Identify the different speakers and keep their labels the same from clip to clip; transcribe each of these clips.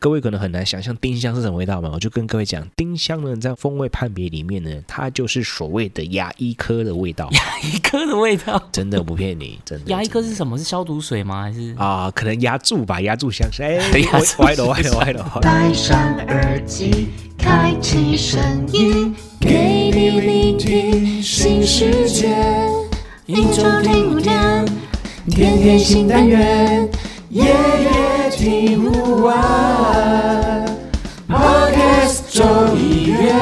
Speaker 1: 各位可能很难想象丁香是什么味道嘛，我就跟各位讲，丁香呢在风味判别里面呢，它就是所谓的牙医科的味道，
Speaker 2: 一颗的味道。
Speaker 1: 真的不骗 你，真的。
Speaker 2: 牙医科
Speaker 1: 真的
Speaker 2: 是什么？是消毒水吗？还是
Speaker 1: 啊，可能牙柱吧，牙柱香是哎，
Speaker 2: 对 牙柱
Speaker 1: 歪歪了歪了歪了。歪了
Speaker 3: 戴上耳机，开启声音，给你聆听新世界。一周听五天，天天新单元，夜夜听不完。Podcast 众议院。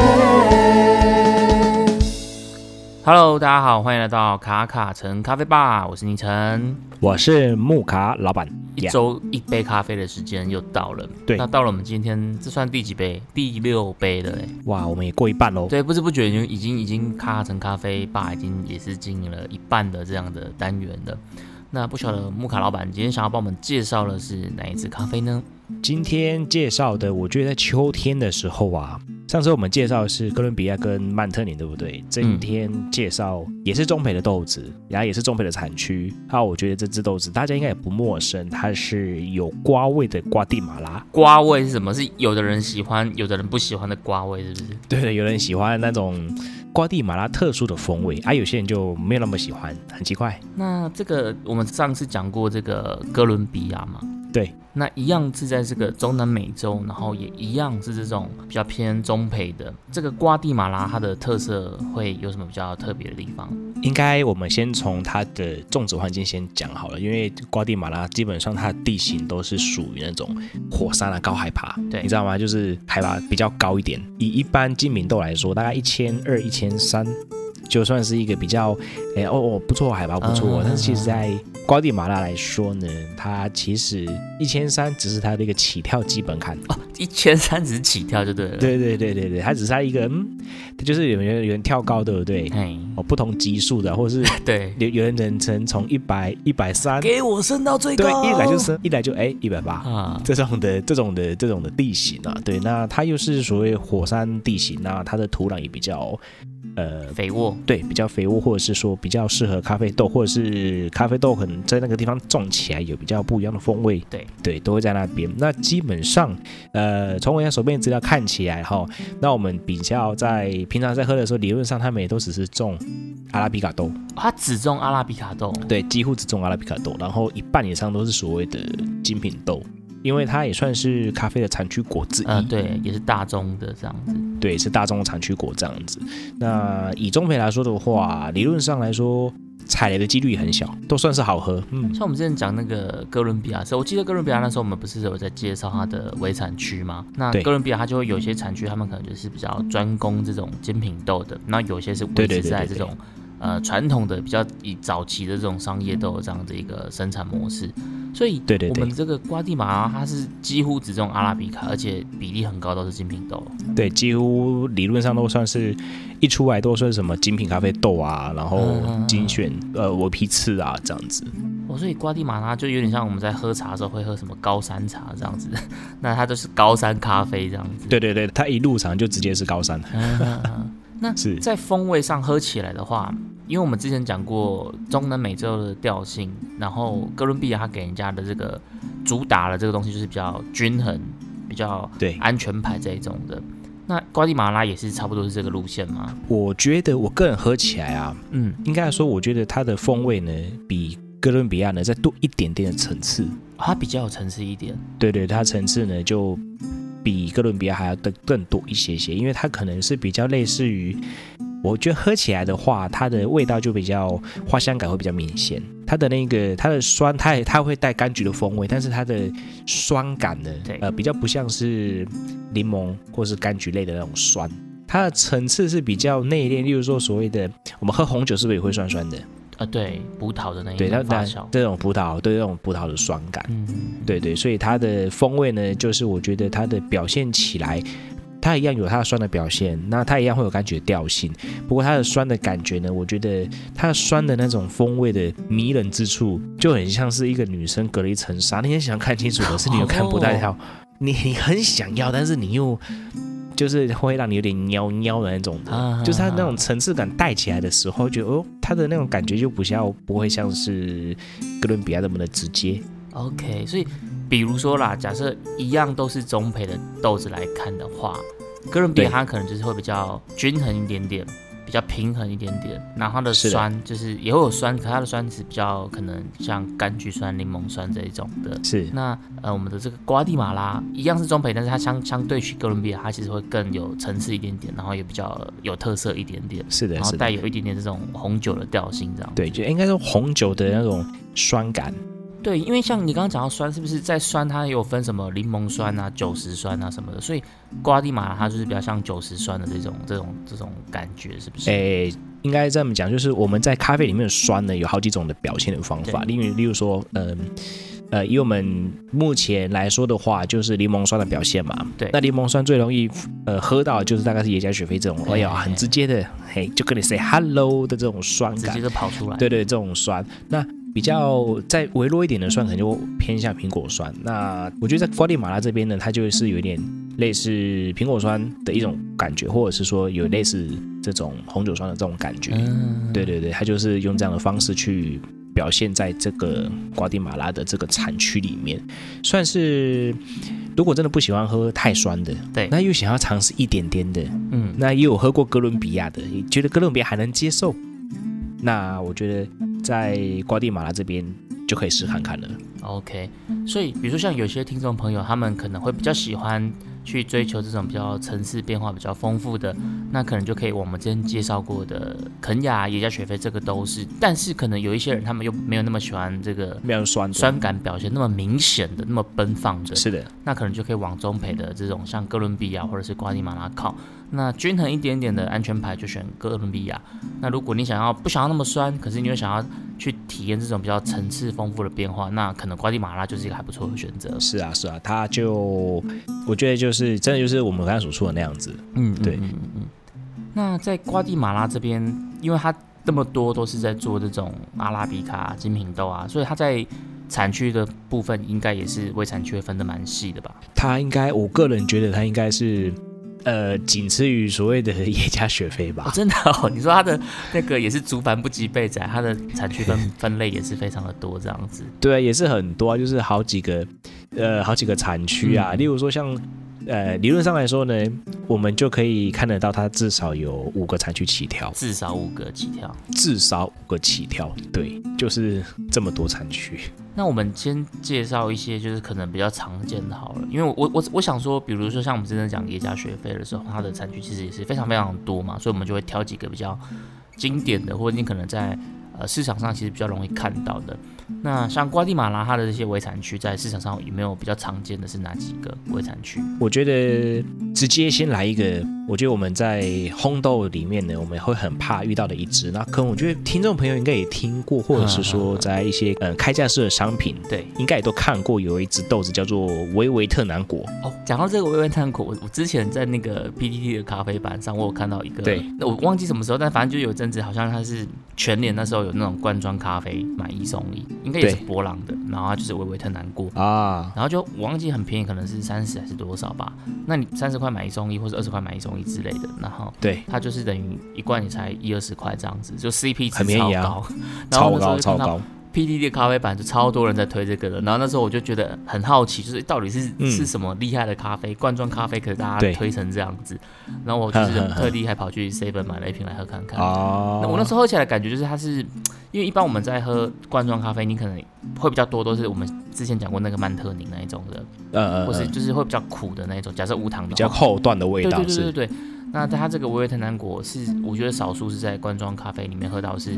Speaker 2: ？Hello，大家好，欢迎来到卡卡城咖啡吧，我是倪晨。
Speaker 1: 我是木卡老板，
Speaker 2: 一周一杯咖啡的时间又到了，
Speaker 1: 对
Speaker 2: 那到了我们今天这算第几杯？第六杯了、欸，
Speaker 1: 哇，我们也过一半喽。
Speaker 2: 对，不知不觉已经已经已经卡卡城咖啡吧已经也是经营了一半的这样的单元了。那不晓得
Speaker 1: 嗯
Speaker 2: 木卡老板今天想要帮我们介绍的是哪一支咖啡呢？
Speaker 1: 今天介绍的，我觉得在秋天的时候啊，上次我们介绍的是哥伦比亚跟曼特宁，对不对？今天介绍也是中培的豆子，然后也是中培的产区。啊，我觉得这支豆子大家应该也不陌生，它是有瓜味的瓜地马拉。
Speaker 2: 瓜味是什么？是有的人喜欢，有的人不喜欢的瓜味，是不是？
Speaker 1: 对的，有人喜欢那种瓜地马拉特殊的风味，啊，有些人就没有那么喜欢，很奇怪。
Speaker 2: 那这个我们上次讲过这个哥伦比亚嘛，
Speaker 1: 对，
Speaker 2: 那一样是在这个中南美洲，然后也一样是这种比较偏中培的。这个瓜地马拉它的特色会有什么比较特别的地方？
Speaker 1: 应该我们先从它的种植环境先讲好了，因为瓜地马拉基本上它的地形都是属于那种火山啊高海拔，
Speaker 2: 对
Speaker 1: 你知道吗？就是海拔比较高一点。以一般金明豆来说，大概一千二、一千三，就算是一个比较，哎、哦哦不错，海拔不错。
Speaker 2: 嗯
Speaker 1: 但是其实，在瓜地马拉来说呢，它其实一千三只是它的一个起跳基本坎。
Speaker 2: 哦，一千三十起跳就对了。，
Speaker 1: 对对对对对，它只是它一个，嗯，就是有人有人跳高，对不对？
Speaker 2: 嘿，
Speaker 1: 哦，不同级数的，或是
Speaker 2: 对，
Speaker 1: 有有人能从从一百一百三，
Speaker 2: 嗯给我升到最
Speaker 1: 对，
Speaker 2: 高，
Speaker 1: 一来就升，一来就哎一百八。
Speaker 2: 啊，
Speaker 1: 这种的、这种的、这种的地形啊，
Speaker 2: 嗯
Speaker 1: 对，那它又是所谓火山地形那它的土壤也比较，呃，
Speaker 2: 肥沃，
Speaker 1: 对，比较肥沃，或者是说比较适合咖啡豆，或者是咖啡豆可能在那个地方种起来有比较不一样的风味，
Speaker 2: 对
Speaker 1: 对，都会在那边。那基本上，呃，从我家手边的资料看起来哈，那我们比较在平常在喝的时候，理论上他们也都只是种阿拉比卡豆，
Speaker 2: 它只种阿拉比卡豆，
Speaker 1: 对，几乎只种阿拉比卡豆，然后一半以上都是所谓的精品豆。因为它也算是咖啡的产区果之一，
Speaker 2: 嗯、对，也是大宗的这样子，
Speaker 1: 对，是大众产区果这样子。那以中培来说的话，理论上来说，踩雷的几率也很小，都算是好喝。嗯，
Speaker 2: 像我们之前讲那个哥伦比亚的时候，我记得哥伦比亚那时候我们不是有在介绍它的围产区吗？那
Speaker 1: 对
Speaker 2: 哥伦比亚它就会有些产区，他们可能就是比较专攻这种精品豆的，那有些是维
Speaker 1: 对对
Speaker 2: 持
Speaker 1: 对
Speaker 2: 在
Speaker 1: 对
Speaker 2: 这
Speaker 1: 对
Speaker 2: 种呃传统的比较以早期的这种商业豆这样的一个生产模式。所以，
Speaker 1: 对对
Speaker 2: 我
Speaker 1: 对
Speaker 2: 们这个瓜地马拉它是几乎只种阿拉比卡，而且比例很高都是精品豆。
Speaker 1: 对，几乎理论上都算是一出来都算什么精品咖啡豆啊，然后
Speaker 2: 嗯
Speaker 1: 精选呃我批次啊这样子。
Speaker 2: 哦，所以瓜地马拉就有点像我们在喝茶的时候会喝什么高山茶这样子， 那它就是高山咖啡这样子。
Speaker 1: 对对对，它一入场就直接是高山，
Speaker 2: 嗯嗯嗯 那
Speaker 1: 是
Speaker 2: 在风味上喝起来的话，因为我们之前讲过中南美洲的调性，然后哥伦比亚它给人家的这个主打的这个东西就是比较均衡、比较
Speaker 1: 对。
Speaker 2: 安全牌这一种的。那瓜地马拉也是差不多是这个路线吗？
Speaker 1: 我觉得我个人喝起来啊，
Speaker 2: 嗯，
Speaker 1: 应该来说，我觉得它的风味呢比哥伦比亚呢再多一点点的层次。
Speaker 2: 它比较有层次一点。
Speaker 1: 对对，它层次呢就比哥伦比亚还要更更多一些些，因为它可能是比较类似于，我觉得喝起来的话，它的味道就比较花香感会比较明显，它的那个它的酸，它也它会带柑橘的风味，但是它的酸感呢
Speaker 2: 对，
Speaker 1: 呃，比较不像是柠檬或是柑橘类的那种酸。它的层次是比较内敛，例如说所谓的我们喝红酒是不是也会酸酸的？
Speaker 2: 啊，对，葡萄的那一
Speaker 1: 对，它
Speaker 2: 种哎发
Speaker 1: 它
Speaker 2: 酵。
Speaker 1: 这种葡萄，对这种葡萄的酸感。
Speaker 2: 嗯，
Speaker 1: 对对，所以它的风味呢，就是我觉得它的表现起来，它一样有它的酸的表现，那它一样会有柑橘的调性。不过它的酸的感觉呢，我觉得它的酸的那种风味的迷人之处，就很像是一个女生隔了一层纱，你很想看清楚，可是你又看不太到，你你很想要，但是你又就是会让你有点喵喵的那种的。
Speaker 2: 啊
Speaker 1: 就是它那种层次感带起来的时候，觉得哦，它的那种感觉就不像不会像是哥伦比亚那么的直接，
Speaker 2: OK，所以比如说啦，假设一样都是中培的豆子来看的话，哥伦比亚
Speaker 1: 对
Speaker 2: 它可能就是会比较均衡一点点，比较平衡一点点。然后它的
Speaker 1: 是的
Speaker 2: 酸就是也会有酸，可它的酸是比较可能像柑橘酸、柠檬酸这一种的。
Speaker 1: 是
Speaker 2: 那呃，我们的这个瓜地马拉一样是中培，但是它相相对于哥伦比亚，它其实会更有层次一点点，然后也比较有特色一点点，
Speaker 1: 是的
Speaker 2: 然，后
Speaker 1: 是的
Speaker 2: 带，有一点点这种红酒的调性，这样。
Speaker 1: 对，就应该说红酒的那种酸感，
Speaker 2: 对，因为像你刚刚讲到酸，是不是在酸它也有分什么柠檬酸啊、酒石酸啊什么的，所以瓜地马拉它就是比较像酒石酸的这种这种这种感觉，是不是？
Speaker 1: 诶、应该这么讲，就是我们在咖啡里面的酸呢，有好几种的表现的方法，例如例如说，嗯、呃，以我们目前来说的话，就是柠檬酸的表现嘛。
Speaker 2: 对
Speaker 1: 那柠檬酸最容易呃喝到，就是大概是耶加雪菲这种，哎呀，
Speaker 2: 哎
Speaker 1: 很直接的，嘿，就跟你 say hello 的这种酸
Speaker 2: 直
Speaker 1: 感
Speaker 2: 接。就跑出来。
Speaker 1: 对对，这种酸，那比较再微弱一点的酸，可能就偏向苹果酸。那我觉得在瓜地马拉这边呢，它就是有一点类似苹果酸的一种感觉，或者是说有类似这种红酒酸的这种感觉。
Speaker 2: 嗯，
Speaker 1: 对对对，它就是用这样的方式去表现在这个瓜地马拉的这个产区里面，算是如果真的不喜欢喝太酸的，
Speaker 2: 对
Speaker 1: 那又想要尝试一点点的，
Speaker 2: 嗯，
Speaker 1: 那也有喝过哥伦比亚的，也觉得哥伦比亚还能接受。那我觉得在瓜地马拉这边就可以试看看了。
Speaker 2: OK，所以比如说像有些听众朋友，他们可能会比较喜欢去追求这种比较层次变化比较丰富的，那可能就可以我们之前介绍过的肯雅、耶加雪菲这个都是，但是可能有一些人他们又没有那么喜欢这个
Speaker 1: 没有酸的
Speaker 2: 酸感表现那么明显的、那么奔放的，
Speaker 1: 是的，
Speaker 2: 那可能就可以往中培的这种像哥伦比亚或者是瓜地马拉靠。那均衡一点点的安全牌就选哥伦比亚。那如果你想要不想要那么酸，可是你又想要去体验这种比较层次丰富的变化，那可能瓜地马拉就是一个还不错的选择。
Speaker 1: 是啊，是啊，它就我觉得就是真的就是我们刚才所说的那样子。
Speaker 2: 嗯，
Speaker 1: 对
Speaker 2: 嗯嗯嗯。那在瓜地马拉这边，因为它那么多都是在做这种阿拉比卡、啊、精品豆啊，所以它在产区的部分应该也是为产区会分得蛮细的吧？
Speaker 1: 它应该，我个人觉得它应该是呃，仅次于所谓的 耶加雪菲吧。
Speaker 2: 哦，真的哦，你说它的那个也是竹繁不及备仔，它的产区分分类也是非常的多这样子。
Speaker 1: 对啊，也是很多啊，就是好几个，呃，好几个产区啊。
Speaker 2: 嗯
Speaker 1: 例如说像，呃，理论上来说呢，我们就可以看得到它至少有五个产区起跳，
Speaker 2: 至少五个起跳。
Speaker 1: 至少五个起跳。对，就是这么多产区。
Speaker 2: 那我们先介绍一些就是可能比较常见的好了，因为我我我我想说，比如说像我们之前讲耶加学费的时候，它的产区其实也是非常非常多嘛，所以我们就会挑几个比较经典的，或者你可能在呃市场上其实比较容易看到的。那像瓜地马拉它的这些围产区，在市场上有没有比较常见的是哪几个围产区？
Speaker 1: 我觉得直接先来一个，我觉得我们在烘豆里面呢，我们会很怕遇到的一支，那可能我觉得听众朋友应该也听过，或者是说在一些呃开架式的商品，
Speaker 2: 嗯对，
Speaker 1: 应该也都看过，有一只豆子叫做维维特南果。
Speaker 2: 哦，讲到这个微微探口，我我之前在那个 PTT 的咖啡版上，我有看到一个，
Speaker 1: 对，
Speaker 2: 那我忘记什么时候，但反正就有一阵子，好像它是全年那时候有那种罐装咖啡买一送一，应该也是
Speaker 1: 对
Speaker 2: 博朗的，然后它就是微微特难过。
Speaker 1: 啊，
Speaker 2: 然后就我忘记很便宜，可能是三十还是多少吧。那你三十块买一送一，或者二十块买一送一之类的。然后
Speaker 1: 对，
Speaker 2: 它就是等于一罐也才一二十块这样子，就 CP 值
Speaker 1: 很便宜啊
Speaker 2: 超高。然
Speaker 1: 超
Speaker 2: 后那时候
Speaker 1: 高
Speaker 2: 就
Speaker 1: 超
Speaker 2: 看到
Speaker 1: 高，
Speaker 2: PDD 的咖啡版就超多人在推这个的，然后那时候我就觉得很好奇，就是到底是、
Speaker 1: 嗯
Speaker 2: 是什么厉害的咖啡，罐装咖啡，可是大
Speaker 1: 对
Speaker 2: 家推成这样子，然后我就是
Speaker 1: 呵呵呵
Speaker 2: 特地还跑去 seven 买了一瓶来喝看 看。
Speaker 1: 哦
Speaker 2: 那我那时候喝起来的感觉就是它是，因为一般我们在喝罐装咖啡，你可能会比较多都是我们之前讲过那个曼特宁那一种的，
Speaker 1: 呃，
Speaker 2: 或
Speaker 1: 呃
Speaker 2: 是
Speaker 1: 呃
Speaker 2: 就是会比较苦的那一种，假设无糖的
Speaker 1: 比
Speaker 2: 话
Speaker 1: 较后段的味
Speaker 2: 哦对
Speaker 1: 道
Speaker 2: 对对
Speaker 1: 是，
Speaker 2: 对对。那它这个维维特南果是，我觉得少数是在罐装咖啡里面喝到是，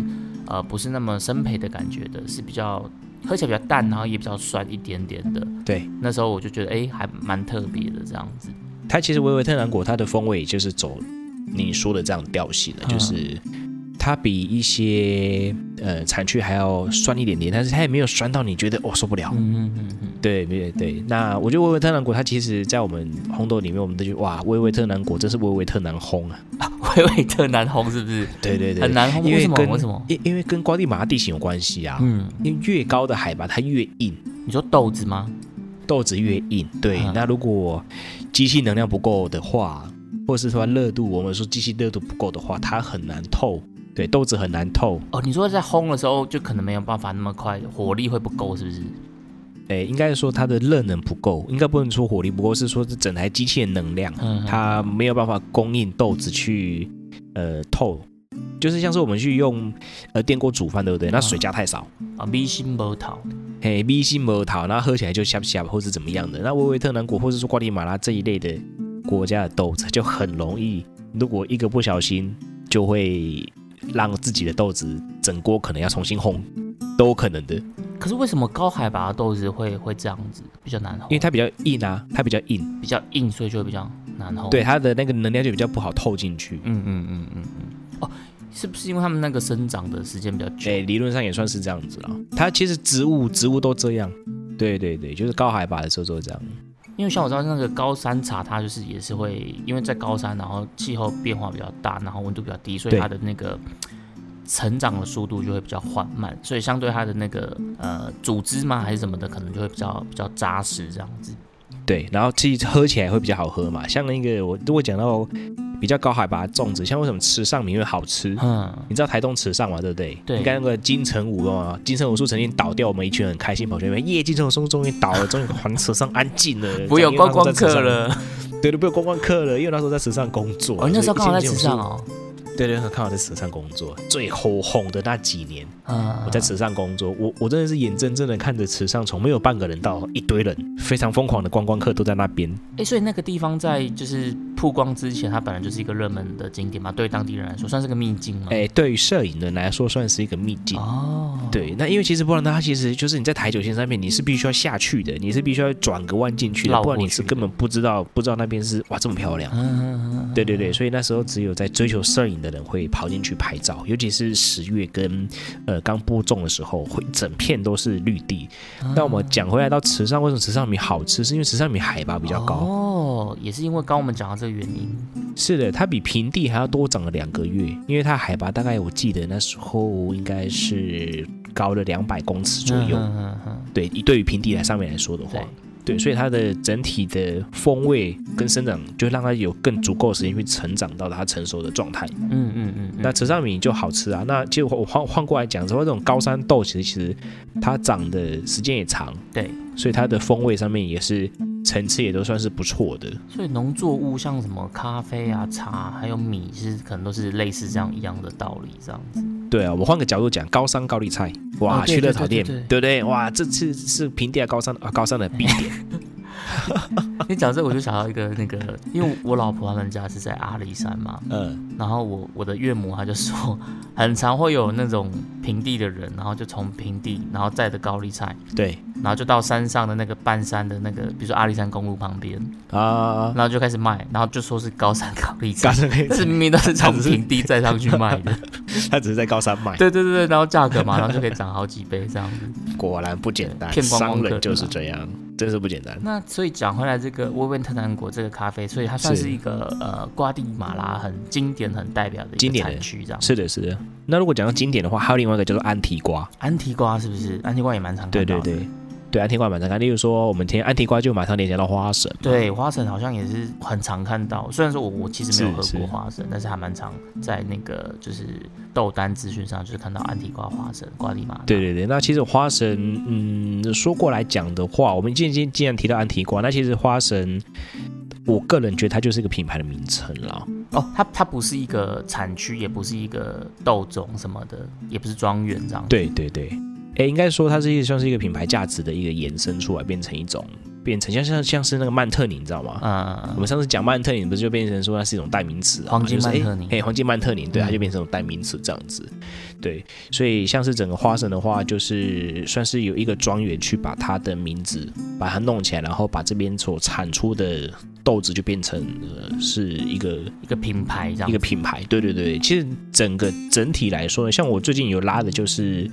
Speaker 2: 呃，不是那么生培的感觉的，是比较喝起来比较淡，然后也比较酸一点点的。
Speaker 1: 对
Speaker 2: 那时候我就觉得，哎、还蛮特别的这样子。
Speaker 1: 它其实维维特南果它的风味也就是走你说的这样调性的，
Speaker 2: 嗯
Speaker 1: 就是它比一些呃产区还要酸一点点，但是它也没有酸到你觉得哦受不了。
Speaker 2: 嗯嗯嗯嗯，
Speaker 1: 对对对，那我觉得维维特南果它其实，在我们烘豆里面，我们都觉得哇，维维特南果真是维维特难烘啊！
Speaker 2: 维维特难烘是不是？
Speaker 1: 对对对，
Speaker 2: 很难烘，
Speaker 1: 因
Speaker 2: 为
Speaker 1: 为
Speaker 2: 什么？
Speaker 1: 跟
Speaker 2: 为什么？
Speaker 1: 因因为跟瓜地马拉地形有关系啊，
Speaker 2: 嗯，
Speaker 1: 因为越高的海拔它越硬，
Speaker 2: 你说豆子吗？
Speaker 1: 豆子越硬，对。
Speaker 2: 嗯
Speaker 1: 那如果机器能量不够的话，或是说热度，我们说机器热度不够的话，它很难透，对，豆子很难透。
Speaker 2: 哦，你说在烘的时候就可能没有办法那么快，火力会不够，是不是？
Speaker 1: 诶，应该是说它的热能不够，应该不能说火力不够，是说这整台机器的能量
Speaker 2: 嗯，
Speaker 1: 它没有办法供应豆子去呃透，就是像是我们去用呃电锅煮饭，对不
Speaker 2: 嗯
Speaker 1: 对？那水加太少，
Speaker 2: 啊，米心无头，
Speaker 1: 嘿，米西摩桃，然后喝起来就下不下，或是怎么样的。那维维特南果或是说瓜地马拉这一类的国家的豆子，就很容易，如果一个不小心，就会让自己的豆子整锅可能要重新烘，都有可能的，因
Speaker 2: 可是为什么高海拔的豆子会会这样子比较难烘？
Speaker 1: 为它比较硬啊，它比较硬，
Speaker 2: 比较硬，所以就会比较难烘。
Speaker 1: 对，它的那个能量就比较不好透进去。
Speaker 2: 嗯嗯嗯嗯嗯，哦，是不是因为他们那个生长的时间比较久？
Speaker 1: 哎，理论上也算是这样子啦。它其实植物植物都这样，对对对，就是高海拔的时候都这样。
Speaker 2: 因为像我知道那个高山茶，它就是也是会，因为在高山，然后气候变化比较大，然后温度比较低，所以
Speaker 1: 对
Speaker 2: 它的那个成长的速度就会比较缓慢，所以相对它的那个呃组织嘛还是什么的，可能就会比较比较扎实这样子。
Speaker 1: 对，然后其实喝起来会比较好喝嘛。像那个我如果讲到比较高海拔的粽子，像为什么池上米会好吃？
Speaker 2: 嗯，
Speaker 1: 你知道台东池上嘛，对不对？
Speaker 2: 对
Speaker 1: 你看那个金城武啊，金城武树曾经倒掉，我们一群人很开心跑去那边，耶，金城武树终于倒了，终于还池上安静了，
Speaker 2: 不有
Speaker 1: 这样
Speaker 2: 观光客，了，
Speaker 1: 因为那时候在池上对，都不有观光客了，因为那时候在池上工作。
Speaker 2: 哦，那时候刚好在池上
Speaker 1: 哦，
Speaker 2: 哦，
Speaker 1: 对对，刚好在池上工作，最红红的那几年，
Speaker 2: 嗯，
Speaker 1: 我在池上工作，我我真的是眼睁睁的看着池上从没有半个人到一堆人，非常疯狂的观光客都在那边。
Speaker 2: 哎、所以那个地方在就是曝光之前，它本来就是一个热门的景点嘛，对当地人来说算是个秘境嘛。
Speaker 1: 哎、对于摄影人来说算是一个秘境。
Speaker 2: 哦，嗯
Speaker 1: 对，那因为其实波兰它其实就是你在台九线上面，你是必须要下去的，你是必须要转个弯进去的，
Speaker 2: 绕
Speaker 1: 不
Speaker 2: 过
Speaker 1: 然你是
Speaker 2: 去的
Speaker 1: 根本不知道不知道那边是哇这么漂亮。
Speaker 2: 嗯，嗯，
Speaker 1: 对对对，所以那时候只有在追求摄影的人会跑进去拍照，尤其是十月跟呃刚播种的时候，会整片都是绿地。
Speaker 2: 啊
Speaker 1: 那我们讲回来到池上，为什么池上米好吃？是因为池上米海拔比
Speaker 2: 比
Speaker 1: 较高，
Speaker 2: 哦，也是因为刚刚我们讲到这个原因。
Speaker 1: 是的，它比平地还要多长了两个月，因为它海拔大概我记得那时候应该是高了两百公尺左右。
Speaker 2: 嗯嗯嗯
Speaker 1: 对，以对于平地来上面来说的
Speaker 2: 嗯，
Speaker 1: 话
Speaker 2: 对，，
Speaker 1: 对，所以它的整体的风味跟生长，就让它有更足够的时间去成长到它成熟的状态。
Speaker 2: 嗯嗯嗯，
Speaker 1: 那池上米就好吃啊。那其实我换换过来讲，说这种高山豆，其实其实它长的时间也长，
Speaker 2: 对，
Speaker 1: 所以它的风味上面也是层次也都算是不错的。
Speaker 2: 所以农作物像什么咖啡啊、茶还有米，是可能都是类似这样一样的道理，这样子。
Speaker 1: 对啊，我换个角度讲，高山高丽菜，哇，
Speaker 2: 哦对
Speaker 1: 去热炒店，
Speaker 2: 对对嗯对
Speaker 1: 不对？哇，这次是平地的高山啊，高山的必点。
Speaker 2: 你讲这个我就想到一个那个，因为我老婆他们家是在阿里山嘛，
Speaker 1: 嗯，
Speaker 2: 然后我我的岳母她就说， 很常会有那种平地的人，然后就从平地，然后载着高丽菜，
Speaker 1: 对
Speaker 2: 然后就到山上的那个半山的那个，比如说阿里山公路旁边，
Speaker 1: 啊，
Speaker 2: 然后就开始卖，然后就说是高山高丽
Speaker 1: 高
Speaker 2: 菜，
Speaker 1: 山可以
Speaker 2: 但是明明都是从平地载上去卖 的，
Speaker 1: 它只是在高山卖，
Speaker 2: 对对对对，然后价格嘛，然后就可以涨好几倍这样子。
Speaker 1: 果然不简单，
Speaker 2: 骗观光
Speaker 1: 商
Speaker 2: 客
Speaker 1: 人就
Speaker 2: 的
Speaker 1: 是
Speaker 2: 啦
Speaker 1: 这样，真是不简单。
Speaker 2: 那所以讲回来，这个威文特南国这个咖啡，所以它算
Speaker 1: 是
Speaker 2: 是一个呃瓜地马拉很经典、很代表的一
Speaker 1: 经
Speaker 2: 个
Speaker 1: 典的
Speaker 2: 产区这样。
Speaker 1: 是的，是的。那如果讲到经典的话，还有另外一个叫做安提瓜，
Speaker 2: 安提瓜是不是？安提瓜也蛮常看
Speaker 1: 对
Speaker 2: 到
Speaker 1: 对
Speaker 2: 的。
Speaker 1: 对，对安提瓜蛮常看。例如说，我们听安提瓜就马上联想到花神，
Speaker 2: 对，花神好像也是很常看到。虽然说我我其实没有喝
Speaker 1: 是是
Speaker 2: 过花神，但是还蛮常在那个就是豆单资讯上，就是看到安提瓜花神、瓜地马拉。
Speaker 1: 对对对，那其实花神，嗯，说过来讲的话，我们既然既然提到安提瓜，那其实花神，我个人觉得它就是一个品牌的名称啦。
Speaker 2: 哦，它它不是一个产区，也不是一个豆种什么的，也不是庄园这样。，
Speaker 1: 对对对，哎，应该说它是一个算是一个品牌价值的一个延伸出来，变成一种变成像像像是那个曼特宁，你知道吗？我
Speaker 2: 嗯，
Speaker 1: 们上次讲曼特宁，不是就变成说它是一种代名词啊、
Speaker 2: 黄金
Speaker 1: 就是
Speaker 2: 曼特宁
Speaker 1: 哎、嘿黄金曼特宁，对，
Speaker 2: 嗯
Speaker 1: 它就变成一种代名词这样子。对，所以像是整个花神的话，就是算是有一个庄园去把它的名字把它弄起来，然后把这边所产出的豆子就变成呃是一个
Speaker 2: 一个品牌这样
Speaker 1: 一个。品牌。对对对，其实整个整体来说呢，像我最近有拉的就是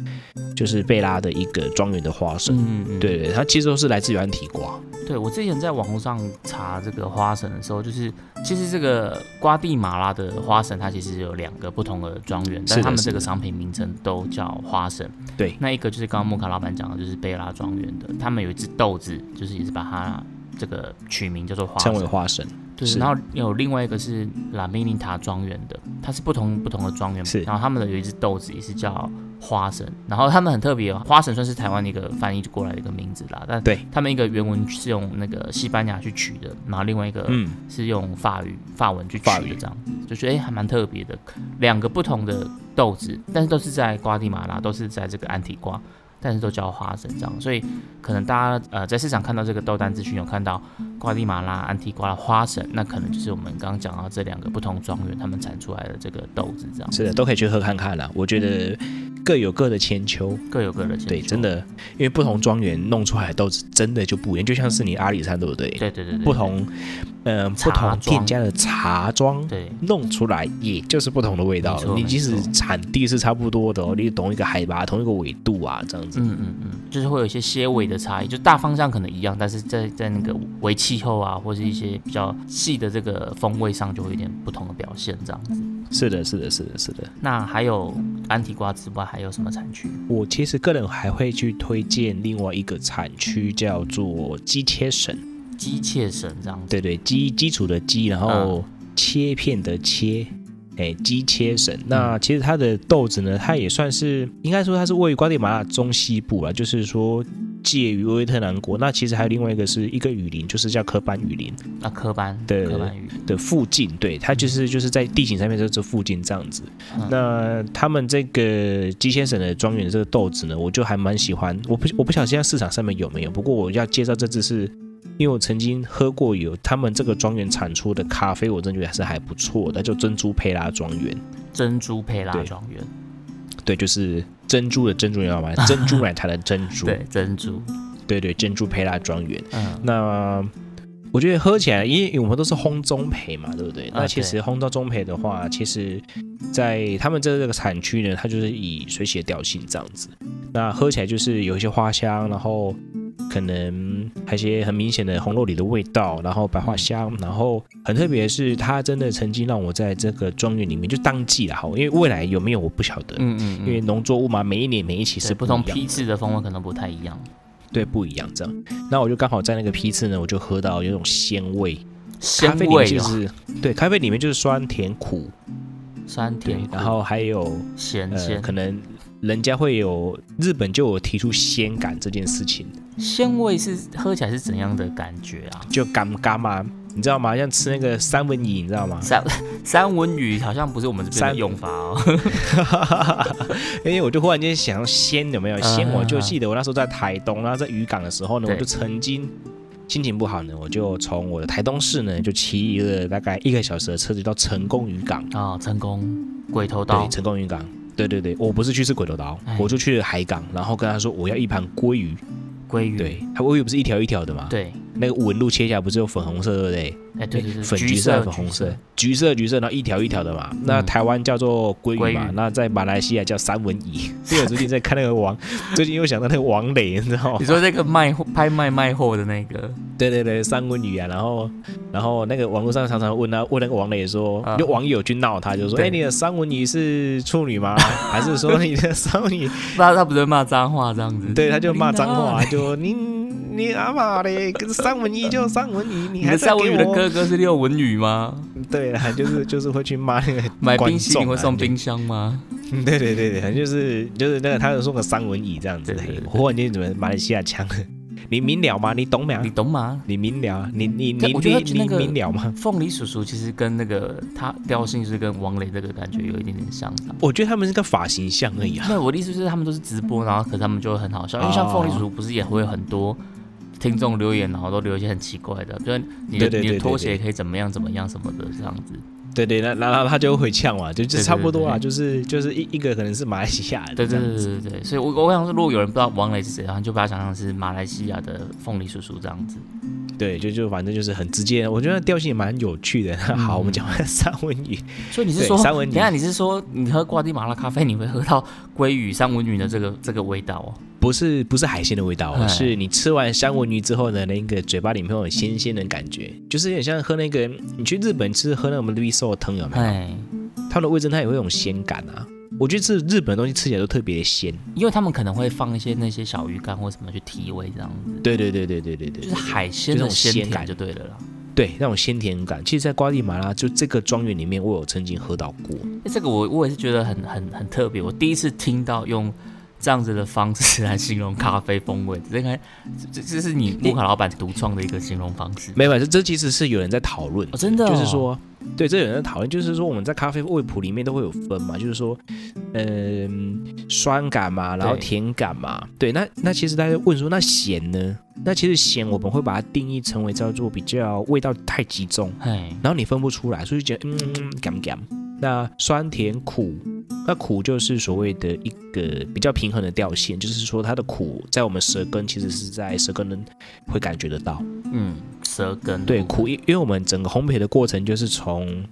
Speaker 1: 就是贝拉的一个庄园的花神。
Speaker 2: 嗯嗯，
Speaker 1: 对对，它其实都是来自于安提瓜，
Speaker 2: 对，我之前在网络上查这个花神的时候，就是其实这个瓜地马拉的花神，它其实有两个不同的庄园，
Speaker 1: 是
Speaker 2: 但
Speaker 1: 的
Speaker 2: 他们
Speaker 1: 是
Speaker 2: 这个
Speaker 1: 的
Speaker 2: 商品名称都叫花神。
Speaker 1: 对
Speaker 2: 那一个就是刚刚莫卡老板讲的，就是贝拉庄园的，他们有一只豆子，就是也是把它这个取名叫做花
Speaker 1: 称
Speaker 2: 神
Speaker 1: 为。花神。
Speaker 2: 对，
Speaker 1: 是
Speaker 2: 然后有另外一个是拉米尼塔庄园的，它是不同不同的庄园
Speaker 1: 是，
Speaker 2: 然后他们的有一只豆子也是叫花神，然后他们很特别哦，花神算是台湾的一个翻译过来的一个名字啦，但
Speaker 1: 对
Speaker 2: 他们一个原文是用那个西班牙去取的，然后另外一个
Speaker 1: 嗯
Speaker 2: 是用法语、法文去取
Speaker 1: 法
Speaker 2: 的
Speaker 1: 语，
Speaker 2: 这样子就觉得哎、诶还蛮特别的，两个不同的豆子，但是都是在瓜地马拉，都是在这个安提瓜，但是都叫花神这样，所以可能大家呃在市场看到这个豆单资讯有看到瓜地马拉、安提瓜的花神，那可能就是我们刚刚讲到这两个不同庄园他们产出来的这个豆子这样，
Speaker 1: 是的，都可以去喝看看啦。我觉得各有各的千秋，
Speaker 2: 各有各嗯的千秋
Speaker 1: 对，真。的，因为不同庄园弄出来的豆子真的就不一样，就像是你阿里山对不对？
Speaker 2: 对对对对，
Speaker 1: 不同，呃，不
Speaker 2: 茶
Speaker 1: 同
Speaker 2: 庄
Speaker 1: 店家的茶庄。
Speaker 2: 对对
Speaker 1: 弄出来也就是不同的味道
Speaker 2: 没，错
Speaker 1: 你即使
Speaker 2: 没错
Speaker 1: 产地是差不多的哦，你同一个海拔、同一个纬度啊，这样子。
Speaker 2: 嗯嗯嗯，就是会有一些些微的差异，就大方向可能一样，但是在在那个微气候啊，或是一些比较细的这个风味上，就会有点不同的表现这样子。
Speaker 1: 是的，是的，是的，是的。
Speaker 2: 那还有安提瓜之外，还有什么产区？
Speaker 1: 我其实个人还会去推荐另外一个产区，叫做鸡切省。
Speaker 2: 机械神这样子。
Speaker 1: 对对，基基础的基，然后切片的切。哎，基切省。那其实它的豆子呢，它也算是应该说它是位于瓜地马拉中西部啊，就是说介于威特兰国。那其实还有另外一个是一个雨林，就是叫科班雨林
Speaker 2: 那科班，
Speaker 1: 对
Speaker 2: 科班语，
Speaker 1: 的附近。对，它就是就是在地形上面就是附近这样子。
Speaker 2: 嗯
Speaker 1: 那他们这个基先生的庄园的这个豆子呢，我就还蛮喜欢。我不我不晓得现在市场上面有没有，不过我要介绍这只是，因为我曾经喝过有他们这个庄园产出的咖啡，我真觉得还是还不错的，叫珍珠佩拉庄园。
Speaker 2: 珍珠佩拉
Speaker 1: 对
Speaker 2: 庄园，
Speaker 1: 对，就是珍珠的珍珠，你知道 吗？珍珠奶茶的珍珠。
Speaker 2: 对，珍珠，
Speaker 1: 对对，珍珠佩拉庄园。
Speaker 2: 嗯，
Speaker 1: 那我觉得喝起来，因为我们都是烘中培嘛，对不对？
Speaker 2: 啊
Speaker 1: 那其实烘到中培的话，其实，在他们这个产区呢，它就是以水洗的调性这样子。那喝起来就是有一些花香，然后可能还有一些很明显的红肉里的味道，然后白花香，然后很特别的是，它真的曾经让我在这个庄园里面就当季啦，哈，因为未来有没有我不晓得，
Speaker 2: 嗯嗯，嗯
Speaker 1: 因为农作物嘛，每一年每一期
Speaker 2: 对
Speaker 1: 是
Speaker 2: 不
Speaker 1: 一样
Speaker 2: 同
Speaker 1: 的
Speaker 2: 批次的风味可能不太一样，
Speaker 1: 对不一样这样。那我就刚好在那个批次呢，我就喝到有种鲜味，咖
Speaker 2: 鲜
Speaker 1: 啡里面
Speaker 2: 味
Speaker 1: 就
Speaker 2: 哦，
Speaker 1: 是对，咖啡里面就是酸甜苦，
Speaker 2: 酸
Speaker 1: 对
Speaker 2: 甜，苦，
Speaker 1: 然后还有
Speaker 2: 咸
Speaker 1: 呃，
Speaker 2: 鲜
Speaker 1: 可，能人家会有日本就有提出鲜感这件事情，
Speaker 2: 鲜味是喝起来是怎样的感觉啊？
Speaker 1: 就干干嘛，你知道吗？像吃那个三文鱼，你知道 吗？
Speaker 2: 三三文鱼好像不是我们这边的
Speaker 1: 三
Speaker 2: 用法哦，
Speaker 1: 因为我就忽然间想到鲜有没有
Speaker 2: 嗯
Speaker 1: 鲜，我就
Speaker 2: 嗯嗯
Speaker 1: 记得我那时候在台东，然后在渔港的时候呢，
Speaker 2: 对
Speaker 1: 我就曾经。心情不好呢，我就从我的台东市呢，就骑了大概一个小时的车子到成功渔港。
Speaker 2: 啊，成功鬼头刀
Speaker 1: 对，，成功渔港。对对对，我不是去吃鬼头刀
Speaker 2: 哎，
Speaker 1: 我就去了海港，然后跟他说我要一盘鲑鱼。
Speaker 2: 鲑鱼，
Speaker 1: 对，它鲑鱼不是一条一条的吗？，
Speaker 2: 对，
Speaker 1: 那个纹路切下来不是有粉红色，对不对？
Speaker 2: 哎对对
Speaker 1: 哎
Speaker 2: 对，
Speaker 1: 粉
Speaker 2: 橘
Speaker 1: 色、
Speaker 2: 色、
Speaker 1: 粉红
Speaker 2: 橘
Speaker 1: 色，、橘色、橘色，然后一条一条的嘛。那台湾叫做鲑鱼
Speaker 2: 鲑
Speaker 1: 嘛
Speaker 2: 鱼，
Speaker 1: 那在马来西亚叫三文鱼。因为我最近在看那个 王，最近又想到那个王磊，你知道吗
Speaker 2: 你？说这个卖货拍卖卖货的那个，
Speaker 1: 对对对，三文鱼啊，然后然后那个网络上常常问他，问那个王磊说，
Speaker 2: 啊
Speaker 1: 有网友去闹他，就说，
Speaker 2: 对
Speaker 1: 哎，你的三文鱼是处女吗？还是说你的三文鱼
Speaker 2: 那他不是骂脏话这样子？
Speaker 1: 对，他就骂脏话啊，
Speaker 2: 你
Speaker 1: 就你你阿妈嘞，跟三文鱼就三文鱼，你
Speaker 2: 哪。你
Speaker 1: 还
Speaker 2: 的
Speaker 1: 在
Speaker 2: 三文
Speaker 1: 给
Speaker 2: 鱼的
Speaker 1: 我
Speaker 2: 哥哥是六文鱼吗？
Speaker 1: 对啦，就是就是会去骂那 个
Speaker 2: 买
Speaker 1: 观
Speaker 2: 冰淇淋
Speaker 1: 众
Speaker 2: 会
Speaker 1: 啊
Speaker 2: 送，冰嗯箱吗？
Speaker 1: 你对对对对，反正就是就是那个他有送个三文鱼这样子
Speaker 2: 对对对，对
Speaker 1: 我忽然间怎么马来西亚腔？你明了吗？你懂没啊
Speaker 2: 你？懂吗？
Speaker 1: 你明了？你你
Speaker 2: 对
Speaker 1: 你
Speaker 2: 我觉得
Speaker 1: 你
Speaker 2: 那
Speaker 1: 你
Speaker 2: 个
Speaker 1: 明了吗？
Speaker 2: 凤梨叔叔其实跟那个他调性是跟王雷这个感觉有一点点像的。
Speaker 1: 我觉得他们是个发型像而已啊。
Speaker 2: 那嗯我的意思就是他们都是直播，然后可是他们就会很好笑，因为像凤梨叔叔不是也会有很多。听众留言，然后都留一些很奇怪的，就是你的
Speaker 1: 对对嗯
Speaker 2: 你的
Speaker 1: 对对
Speaker 2: 拖鞋
Speaker 1: 对
Speaker 2: 可以怎么样怎么样什么的这样子。
Speaker 1: 对对，那然后他就会呛嘛，就
Speaker 2: 嗯对
Speaker 1: 就
Speaker 2: 对
Speaker 1: 差不多啦，啊
Speaker 2: 对
Speaker 1: 就是就是一一个可能是马来西亚人
Speaker 2: 对
Speaker 1: 这
Speaker 2: 对
Speaker 1: 样
Speaker 2: 对
Speaker 1: 子，
Speaker 2: 对对对，所以我我想说，如果有人不知道王磊是谁，然后就把他想象是马来西亚的凤梨叔叔这样子。
Speaker 1: 对，就就反正就是很直接，我觉得调性也蛮有趣的。 好，
Speaker 2: 嗯
Speaker 1: 我们讲完三文鱼，
Speaker 2: 所以你是
Speaker 1: 对
Speaker 2: 说，
Speaker 1: 三文鱼
Speaker 2: 等一下你是说你喝瓜地马拉咖啡，你会喝到鲑鱼、三文鱼的这个这个味道哦？
Speaker 1: 不是不是海鲜的味道哦
Speaker 2: 哎，
Speaker 1: 是你吃完三文鱼之后呢，那个嘴巴里面会有鲜鲜的感觉，就是有点像喝那个你去日本吃喝那种绿寿汤有没有？
Speaker 2: 哎，
Speaker 1: 它的味噌它也会有一种鲜感啊。我觉得这日本的东西吃起来都特别的鲜。
Speaker 2: 因为他们可能会放一些那些小鱼干或什么去提味这样子，
Speaker 1: 对对对对对对
Speaker 2: 就
Speaker 1: 对
Speaker 2: 是海鲜的
Speaker 1: 就那种
Speaker 2: 鲜
Speaker 1: 鲜
Speaker 2: 甜
Speaker 1: 感
Speaker 2: 就对了啦。
Speaker 1: 对，那种鲜甜感。其实，在瓜地马拉就这个庄园里面，我有曾经喝到过。
Speaker 2: 这个我我也是觉得很很很特别，我第一次听到用这样子的方式来形容咖啡风味，这应该这这是你木卡老板独创的一个形容方式。
Speaker 1: 没有，这这其实是有人在讨论
Speaker 2: 哦，，真的、
Speaker 1: 就是，说，对，这有人在讨论，就是说我们在咖啡味谱里面都会有分嘛，就是说，嗯、酸感嘛，然后
Speaker 2: 对
Speaker 1: 甜感嘛，对，那那其实大家问说，那咸呢？那其实咸我们会把它定义成为叫做比较味道太集中，
Speaker 2: 嘿，
Speaker 1: 然后你分不出来，所以就觉得嗯嗯干干。那酸甜苦，那苦就是所谓的一个比较平衡的调性，就是说它的苦在我们舌根其实是在舌根能会感觉得到。
Speaker 2: 嗯，舌根
Speaker 1: 对，苦，因因为我们整个烘焙的过程就是从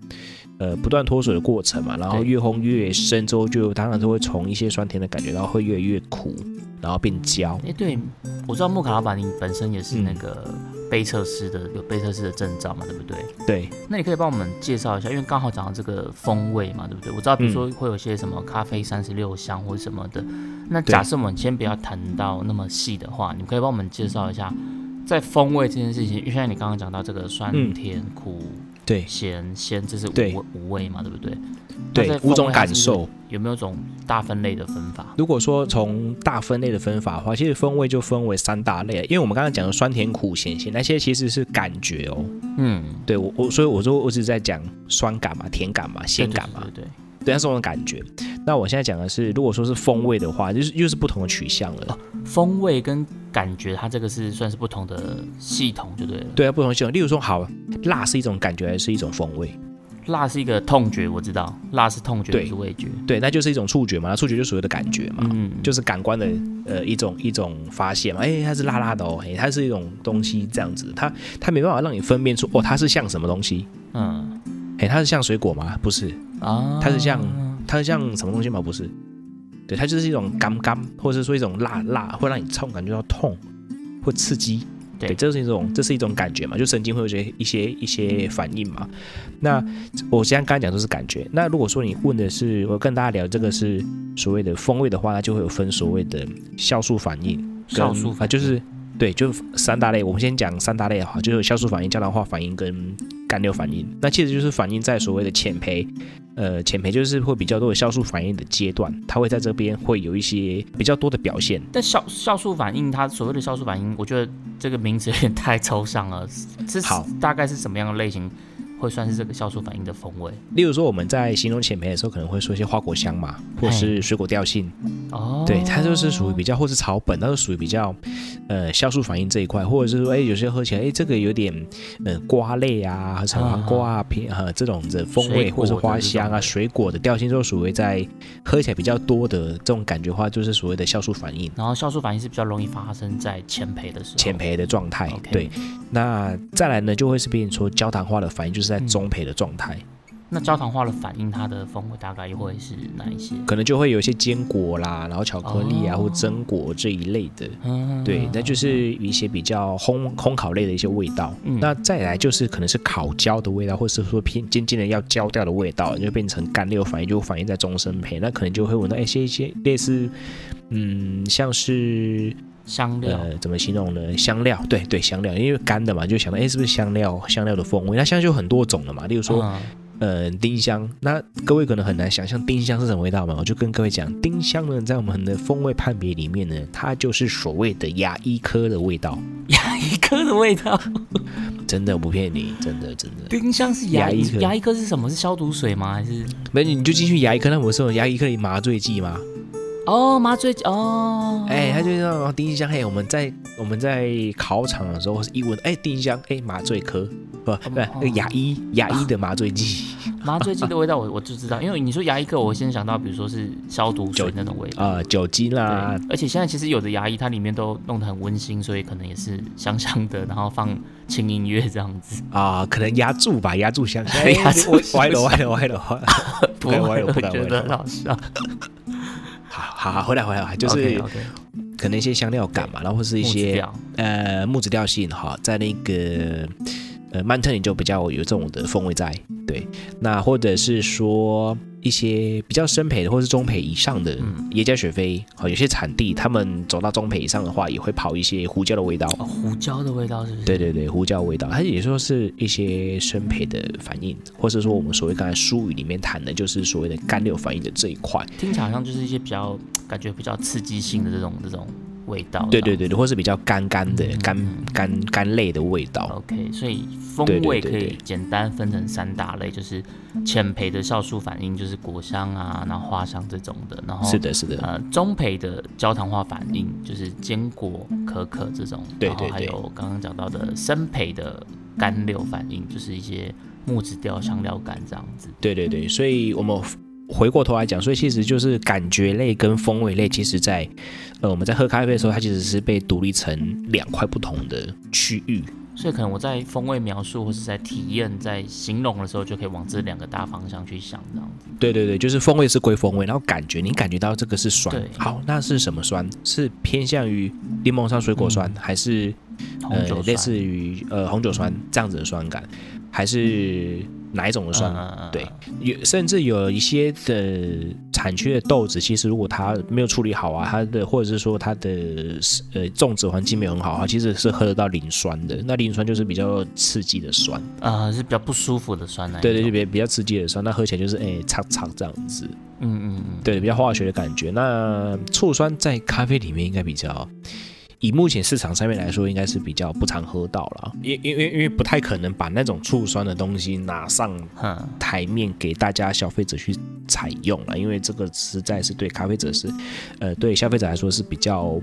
Speaker 1: 呃不断脱水的过程嘛，然后
Speaker 2: 对
Speaker 1: 越烘越深之后，就当然就会从一些酸甜的感觉，然后会越来越苦，然后变焦。
Speaker 2: 哎、对，我知道木卡老板你本身也是
Speaker 1: 嗯
Speaker 2: 那个杯测师的，有杯测师的证照嘛，对不对？
Speaker 1: 对，
Speaker 2: 那你可以帮我们介绍一下，因为刚好讲到这个风味嘛，对不对？我知道，比
Speaker 1: 嗯
Speaker 2: 如说会有些什么咖啡三十六香或什么的。那
Speaker 1: 对
Speaker 2: 假设我们先不要谈到那么细的话，你可以帮我们介绍一下，在风味这件事情，因为像你刚刚讲到这个酸
Speaker 1: 嗯
Speaker 2: 甜苦
Speaker 1: 对
Speaker 2: 咸鲜，这是五
Speaker 1: 对
Speaker 2: 味五味嘛，对不对？那
Speaker 1: 对
Speaker 2: 在，风
Speaker 1: 五种
Speaker 2: 味它
Speaker 1: 感
Speaker 2: 是不是
Speaker 1: 受。
Speaker 2: 有没有种大分类的分法？
Speaker 1: 如果说从大分类的分法的话，其实风味就分为三大类，因为我们刚刚讲的酸甜苦咸咸那些其实是感觉哦。
Speaker 2: 嗯，
Speaker 1: 对我我所以我说我只是在讲酸感嘛、甜感嘛、咸感嘛，
Speaker 2: 对对对对
Speaker 1: 对，那是我的感觉。那我现在讲的是，如果说是风味的话，就是又是不同的取向了。
Speaker 2: 对风味跟感觉，它这个是算是不同的系统，就对了。
Speaker 1: 对啊，不同的系统。例如说，好，辣是一种感觉，还是一种风味？
Speaker 2: 辣是一个痛觉，我知道，辣是痛觉，
Speaker 1: 对
Speaker 2: 不是味觉。
Speaker 1: 对，那就是一种触觉嘛，那触觉就所谓的感觉嘛。
Speaker 2: 嗯，
Speaker 1: 就是感官的呃一种一种发现嘛，哎、它是辣辣的哦，哎、它是一种东西这样子，它它没办法让你分辨出哦，它是像什么东西，
Speaker 2: 嗯
Speaker 1: 哎、它是像水果吗？不是，
Speaker 2: 啊，
Speaker 1: 它是像它是像什么东西吗？不是，对，它就是一种干干，或者说一种辣辣，会让你痛，感觉到痛或刺激。
Speaker 2: 对
Speaker 1: 对，这是一种，这是一种感觉嘛，就神经会有一些一些一些反应嘛。那我现在刚才讲都是感觉，那如果说你问的是我跟大家聊这个是所谓的风味的话，那就会有分所谓的酵素反应跟
Speaker 2: 酵素
Speaker 1: 啊，就是对，就三大类。我们先讲三大类的话，就是有酵素反应、胶囊化反应跟干馏反应。那其实就是反映在所谓的浅培，呃，浅培就是会比较多的酵素反应的阶段，它会在这边会有一些比较多的表现。
Speaker 2: 但酵酵素反应，它所谓的酵素反应，我觉得这个名词有点太抽象了。这
Speaker 1: 好
Speaker 2: 大概是什么样的类型会算是这个酵素反应的风味？
Speaker 1: 例如说我们在形容浅培的时候，可能会说一些花果香嘛，或是水果调性，
Speaker 2: 哦，
Speaker 1: 对，它就是属于比较，或是草本，它是属于比较，呃，酵素反应这一块，或者是说，哎，有些喝起来，哎，这个有点，呃，瓜类啊，黄瓜啊，苹呃这种的风
Speaker 2: 水
Speaker 1: 味，
Speaker 2: 果
Speaker 1: 或是
Speaker 2: 的
Speaker 1: 花
Speaker 2: 这
Speaker 1: 香啊，
Speaker 2: 种
Speaker 1: 水果的调性，都属于在喝起来比较多的这种感觉的话，就是所谓的酵素反应。
Speaker 2: 然后酵素反应是比较容易发生在前培的时候。
Speaker 1: 浅培的状态
Speaker 2: OK
Speaker 1: 对，那再来呢，就会是变成说焦糖化的反应，就是在中培的状态，
Speaker 2: 那焦糖化的反应，它的风味大概会是哪一些？
Speaker 1: 可能就会有一些坚果啦，然后巧克力啊、
Speaker 2: 哦
Speaker 1: 或榛果这一类的，
Speaker 2: 嗯，
Speaker 1: 对，那就是一些比较烘烘烤类的一些味道。
Speaker 2: 嗯
Speaker 1: 那再来就是可能是烤焦的味道，或是说偏渐渐的要焦掉的味道，就变成干六反应，就反映在中生培，那可能就会闻到一哎些一些类似，嗯，像是
Speaker 2: 香料。
Speaker 1: 呃怎么形容呢？香料，对对，香料，因为干的嘛，就想到哎，是不是香料香料的风味？那香就有很多种了嘛，例如说、
Speaker 2: 嗯
Speaker 1: 呃丁香，那各位可能很难想象丁香是什么味道嘛，我就跟各位讲，丁香呢，在我们的风味判别里面呢，它就是所谓的牙医科的味道，
Speaker 2: 牙医科的味道，
Speaker 1: 真的我不骗你，真的真的，
Speaker 2: 丁香是牙
Speaker 1: 牙医科
Speaker 2: 牙医科是什么？是消毒水吗？还是
Speaker 1: 没你就进去牙医科，那我是有牙医科的麻醉剂吗？
Speaker 2: 哦麻醉哦？
Speaker 1: 哎、他就那种丁香，嘿，我们在我们在考场的时候是一闻，哎、丁香，哎、麻醉科，不不，那个牙医牙医的麻醉剂。
Speaker 2: 麻醉剂的味道我我就知道，因为你说牙医课，我会先想到比如说是消毒水
Speaker 1: 酒
Speaker 2: 那种味道。
Speaker 1: 呃酒精
Speaker 2: 对
Speaker 1: 啦，，
Speaker 2: 而且现在其实有的牙医它里面都弄得很温馨，所以可能也是香香的，然后放轻音乐这样 子。，
Speaker 1: 啊、可能压住吧，压住香
Speaker 2: 压住
Speaker 1: 哎歪了歪了歪了歪了，不敢
Speaker 2: 我
Speaker 1: 歪了不
Speaker 2: 我
Speaker 1: 敢
Speaker 2: 觉
Speaker 1: 歪
Speaker 2: 得
Speaker 1: 了
Speaker 2: 很好笑，
Speaker 1: 好好好，回来回来，就是
Speaker 2: OK，
Speaker 1: 可能一些香料感嘛，然后或是一些呃木质调性哈，在那个呃曼特里就比较有这种的风味在，对，那或者是说一些比较深培的或是中培以上的耶加雪菲，好、有些产地他们走到中培以上的话，也会跑一些胡椒的味道。
Speaker 2: 哦，胡椒的味道是不是？
Speaker 1: 对对对，胡椒味道，它也说是一些生培的反应，或是说我们所谓刚才术语里面谈的，就是所谓的干六反应的这一块。
Speaker 2: 听起来好像就是一些比较感觉比较刺激性的这种这种味道。
Speaker 1: 对对
Speaker 2: 这
Speaker 1: 对
Speaker 2: 样
Speaker 1: 对，或是比较干干的、干
Speaker 2: 嗯
Speaker 1: 干干类的味道。
Speaker 2: OK，所以风
Speaker 1: 对对
Speaker 2: 味
Speaker 1: 对
Speaker 2: 可以
Speaker 1: 对
Speaker 2: 简单分成三大类，就是浅焙的酵素反应，就是果香啊，然后花香这种的，然后
Speaker 1: 是的，是的，
Speaker 2: 呃，中培的焦糖化反应就是坚果、可可这种，
Speaker 1: 对
Speaker 2: 然后
Speaker 1: 对
Speaker 2: 还
Speaker 1: 对
Speaker 2: 有刚刚讲到的深培的干柳反应，就是一些木质调、香料感这样子。
Speaker 1: 对对对，所以我们。回过头来讲，所以其实就是感觉类跟风味类，其实在，呃，我们在喝咖啡的时候，它其实是被独立成两块不同的区域。
Speaker 2: 所以可能我在风味描述或是在体验、在形容的时候，就可以往这两个大方向去想这样子。
Speaker 1: 对对对，就是风味是归风味，然后感觉你感觉到这个是酸
Speaker 2: 对，
Speaker 1: 好，那是什么酸？是偏向于柠檬酸水果酸，还是
Speaker 2: 嗯红
Speaker 1: 呃
Speaker 2: 酒
Speaker 1: 类
Speaker 2: 酸
Speaker 1: 似于呃红酒酸这样子的酸感，还是
Speaker 2: 嗯
Speaker 1: 哪一种的酸？
Speaker 2: 呃
Speaker 1: 对有甚至有一些的产区的豆子，其实如果它没有处理好啊，它的或者是说它的呃种植环境没有很好啊，其实是喝得到磷酸的。那磷酸就是比较刺激的酸，
Speaker 2: 呃是比较不舒服的酸奶。
Speaker 1: 对对，就，比较比较刺激的酸，那喝起来就是哎擦擦这样子。
Speaker 2: 嗯嗯嗯，
Speaker 1: 对，比较化学的感觉。那醋酸在咖啡里面应该比较，以目前市场上面来说，应该是比较不常喝到了，因因因因为不太可能把那种醋酸的东西拿上
Speaker 2: 哼。
Speaker 1: 台面给大家消费者去采用了，因为这个实在是对咖啡者是，呃，对消费者来说是比较。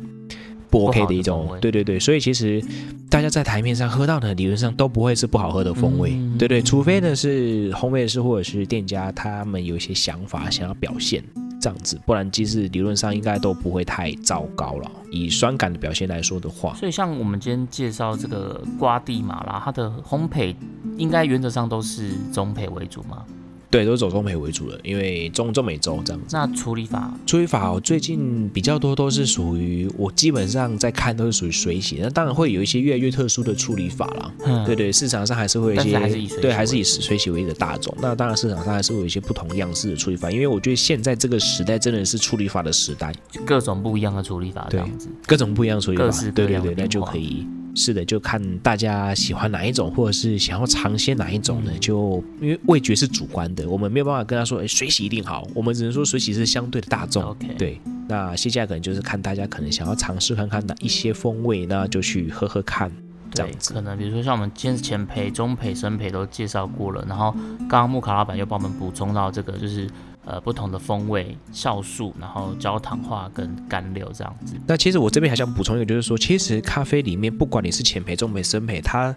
Speaker 1: 不
Speaker 2: 不
Speaker 1: OK
Speaker 2: 好
Speaker 1: 的一
Speaker 2: 的风
Speaker 1: 种
Speaker 2: 味，
Speaker 1: 对对对，所以其实大家在台面上喝到的理论上都不会是不好喝的风味，
Speaker 2: 嗯
Speaker 1: 对对，除非呢是烘焙师或者是店家他们有一些想法想要表现这样子，不然其实理论上应该都不会太糟糕了。以酸感的表现来说的话，
Speaker 2: 所以像我们今天介绍这个瓜地马拉，它的烘焙应该原则上都是中焙为主嘛？
Speaker 1: 对，都是走中美为主了，因为中中美洲这样子。
Speaker 2: 那处理法
Speaker 1: 处理法我最近比较多都是属于我基本上在看都是属于水洗，那当然会有一些越来越特殊的处理法啦。
Speaker 2: 嗯
Speaker 1: 对对，市场上还是会有一
Speaker 2: 但是
Speaker 1: 些，
Speaker 2: 还是以水洗
Speaker 1: 对，还是
Speaker 2: 为
Speaker 1: 以水洗为一个大众。那当然市场上还是会有一些不同样式的处理法，因为我觉得现在这个时代真的是处理法的时代，
Speaker 2: 就嗯各种不一样的处理法
Speaker 1: 对
Speaker 2: 这样子。
Speaker 1: 各种不一样的处理
Speaker 2: 各
Speaker 1: 法
Speaker 2: 式，各
Speaker 1: 对对
Speaker 2: 样的
Speaker 1: 对，那
Speaker 2: 变
Speaker 1: 就
Speaker 2: 化
Speaker 1: 可以。是的，就看大家喜欢哪一种，或者是想要尝鲜哪一种
Speaker 2: 嗯
Speaker 1: 呢？就因为味觉是主观的，我们没有办法跟他说，哎，水洗一定好，我们只能说水洗是相对的大众。
Speaker 2: OK，，
Speaker 1: 对，那接下来可能就是看大家可能想要尝试看看哪一些风味，那就去喝喝看。这
Speaker 2: 对
Speaker 1: 样，子
Speaker 2: 可能比如说像我们今天前培、中培、深培都介绍过了，然后刚刚木卡老板又帮我们补充到这个就是呃不同的风味、酵素，然后焦糖化跟干柳这样子。
Speaker 1: 那其实我这边还想补充一个，就是说，其实咖啡里面不管你是浅焙、中焙、深焙，它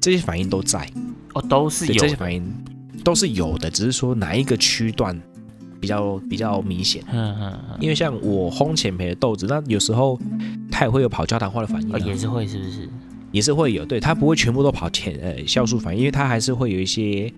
Speaker 1: 这些反应都在，
Speaker 2: 哦，都是
Speaker 1: 对，
Speaker 2: 有
Speaker 1: 这些反应都是有的，只是说哪一个区段比较比较明显。
Speaker 2: 嗯嗯嗯，
Speaker 1: 因为像我烘浅焙的豆子，那有时候它也会有跑焦糖化的反应、
Speaker 2: 哦
Speaker 1: 啊，
Speaker 2: 也是会是不是？
Speaker 1: 也是会有，对，它不会全部都跑前呃
Speaker 2: 嗯
Speaker 1: 酵素反应，因为它还是会有一些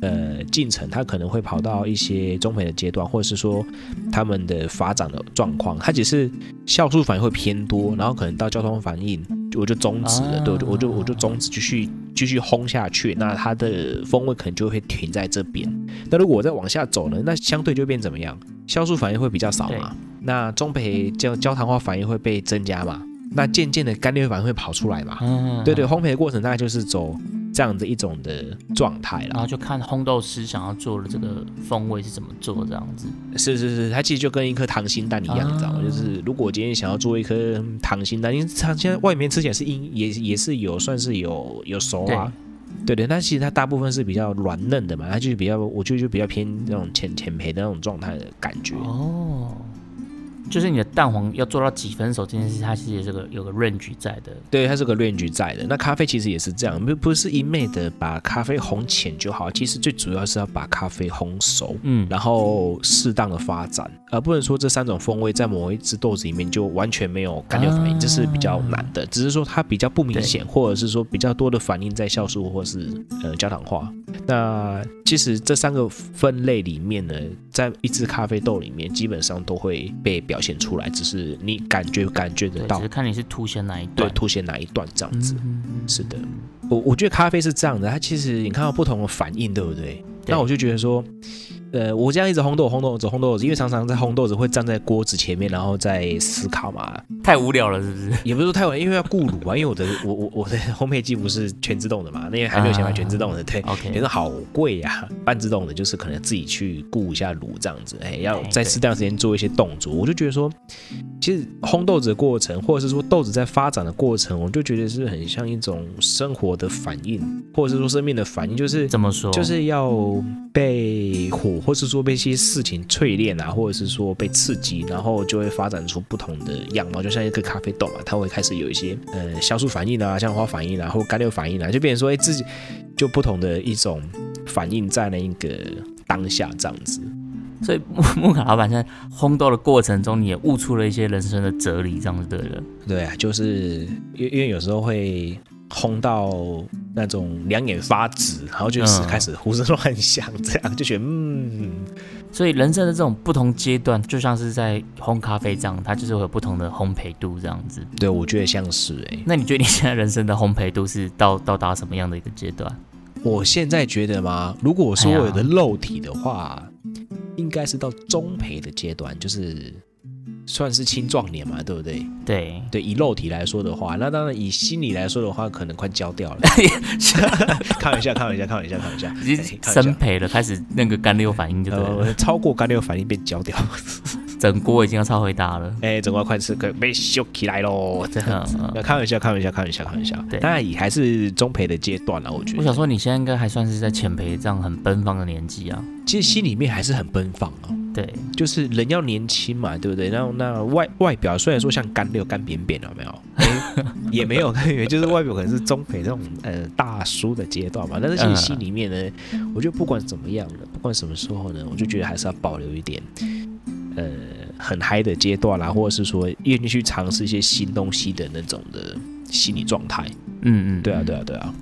Speaker 1: 呃进程，它可能会跑到一些中培的阶段，或者是说他们的发展的状况，它只是酵素反应会偏多，然后可能到交通反应我就终止了，
Speaker 2: 啊
Speaker 1: 对，我就我就我就终止，继续继续烘下去，那它的风味可能就会停在这边。那如果我再往下走呢，那相对就变怎么样？酵素反应会比较少
Speaker 2: 对
Speaker 1: 嘛，那中培焦焦糖化反应会被增加嘛，那渐渐的干裂反应会跑出来嘛，
Speaker 2: 嗯，
Speaker 1: 对
Speaker 2: 嗯
Speaker 1: 对，烘焙的过程大概就是走这样的一种的状态
Speaker 2: 然
Speaker 1: 啦。
Speaker 2: 后就看烘豆师想要做的这个风味是怎么做，这样子。
Speaker 1: 是是是，它其实就跟一颗溏心蛋一样，你知道吗？
Speaker 2: 啊
Speaker 1: 就是如果我今天想要做一颗嗯溏心蛋，因为溏心蛋外面吃起来是硬，也也是有算是有有熟啊。对对，但其实它大部分是比较软嫩的嘛，它就是比较，我觉得就比较偏那种浅浅焙的那种状态的感觉。
Speaker 2: 哦，就是你的蛋黄要做到几分熟这件事，它其实也是个有个 range 在的。
Speaker 1: 对，它是个 range 在的。那咖啡其实也是这样，不不是一昧的把咖啡烘浅就好，其实最主要是要把咖啡烘熟。
Speaker 2: 嗯，
Speaker 1: 然后适当的发展，而不能说这三种风味在某一只豆子里面就完全没有干掉反应，
Speaker 2: 啊
Speaker 1: 这是比较难的。只是说它比较不明显，或者是说比较多的反应在酵素或是呃焦糖化。那其实这三个分类里面呢，在一只咖啡豆里面基本上都会被表现出来，只是你感觉感觉得
Speaker 2: 对，
Speaker 1: 到
Speaker 2: 只是，看你是凸显哪一
Speaker 1: 对
Speaker 2: 段。
Speaker 1: 凸显哪一段这样子。
Speaker 2: 嗯，嗯
Speaker 1: 是的，我我觉得咖啡是这样的，它其实你看到不同的反应，对不对？
Speaker 2: 对
Speaker 1: 那我就觉得说，呃，我这样一直烘豆、烘豆子、烘豆子，因为常常在烘豆子会站在锅子前面，然后再思考嘛，
Speaker 2: 太无聊了，是不是？
Speaker 1: 也不是说太晚，因为要顾炉啊，因为我的我我我的烘焙机不是全自动的嘛，那为还没有钱买全自动的，对，
Speaker 2: OK
Speaker 1: 觉得好贵呀、半自动的就是可能自己去顾一下炉这样子，哎，要
Speaker 2: 哎
Speaker 1: 在
Speaker 2: 对
Speaker 1: 适当的时间做一些动作，我就觉得说，其实烘豆子的过程，或者是说豆子在发展的过程，我就觉得是很像一种生活的反应，或者是说生命的反应，就是
Speaker 2: 怎么说？
Speaker 1: 就是要被火，或是说被一些事情淬炼啊，或者是说被刺激，然后就会发展出不同的样貌。就像一个咖啡豆嘛，它会开始有一些呃酵素反应啊、像花反应啊，或甘六反应啊，就变成说，哎、自己就不同的一种反应在那一个当下这样子。
Speaker 2: 所以木木卡老板在烘豆的过程中，你也悟出了一些人生的哲理，这样就对了。
Speaker 1: 对啊，就是因为因为有时候会。轰到那种两眼发直，然后就是
Speaker 2: 嗯
Speaker 1: 开始胡思乱想，这样就觉得嗯，
Speaker 2: 所以人生的这种不同阶段，就像是在烘咖啡这样，它就是会有不同的烘焙度这样子。
Speaker 1: 对我觉得像是哎、
Speaker 2: 那你觉得你现在人生的烘焙度是到到达什么样的一个阶段？
Speaker 1: 我现在觉得嘛，如果说
Speaker 2: 哎呀
Speaker 1: 我的肉体的话，
Speaker 2: 哎
Speaker 1: 应该是到中培的阶段，就是算是青壮年嘛，对不对？
Speaker 2: 对，
Speaker 1: 对，以肉体来说的话，那当然以心理来说的话，可能快焦掉了。 开玩笑，开玩笑，开玩笑，开玩笑，
Speaker 2: 已
Speaker 1: 哎
Speaker 2: 经
Speaker 1: 开玩
Speaker 2: 生
Speaker 1: 笑。
Speaker 2: 培了，开始那个干溜反应就对了，
Speaker 1: 呃，超过甘六反应变焦掉，
Speaker 2: 整锅已经要超回答了。
Speaker 1: 哎，整个快吃个被修起来喽，这样子
Speaker 2: 嗯嗯。
Speaker 1: 那开玩笑，开玩笑，开玩笑，开玩笑。
Speaker 2: 对
Speaker 1: 当然也还是中培的阶段了，我觉
Speaker 2: 我想
Speaker 1: 得。
Speaker 2: 说，你现在应该还算是在浅培这样很奔放的年纪啊。
Speaker 1: 其实心里面还是很奔放哦。
Speaker 2: 对，
Speaker 1: 就是人要年轻嘛，对不对？然后那外外表虽然说像干六干扁扁有没有，哎 也没有干扁扁，就是外表可能是中培那种呃大叔的阶段嘛。但是其实心里面呢，我觉得不管怎么样呢，不管什么时候呢，我就觉得还是要保留一点呃很嗨的阶段啦，或者是说愿意去尝试一些新东西的那种的心理状态。
Speaker 2: 嗯嗯，
Speaker 1: 对啊，
Speaker 2: 嗯
Speaker 1: 对啊，对啊，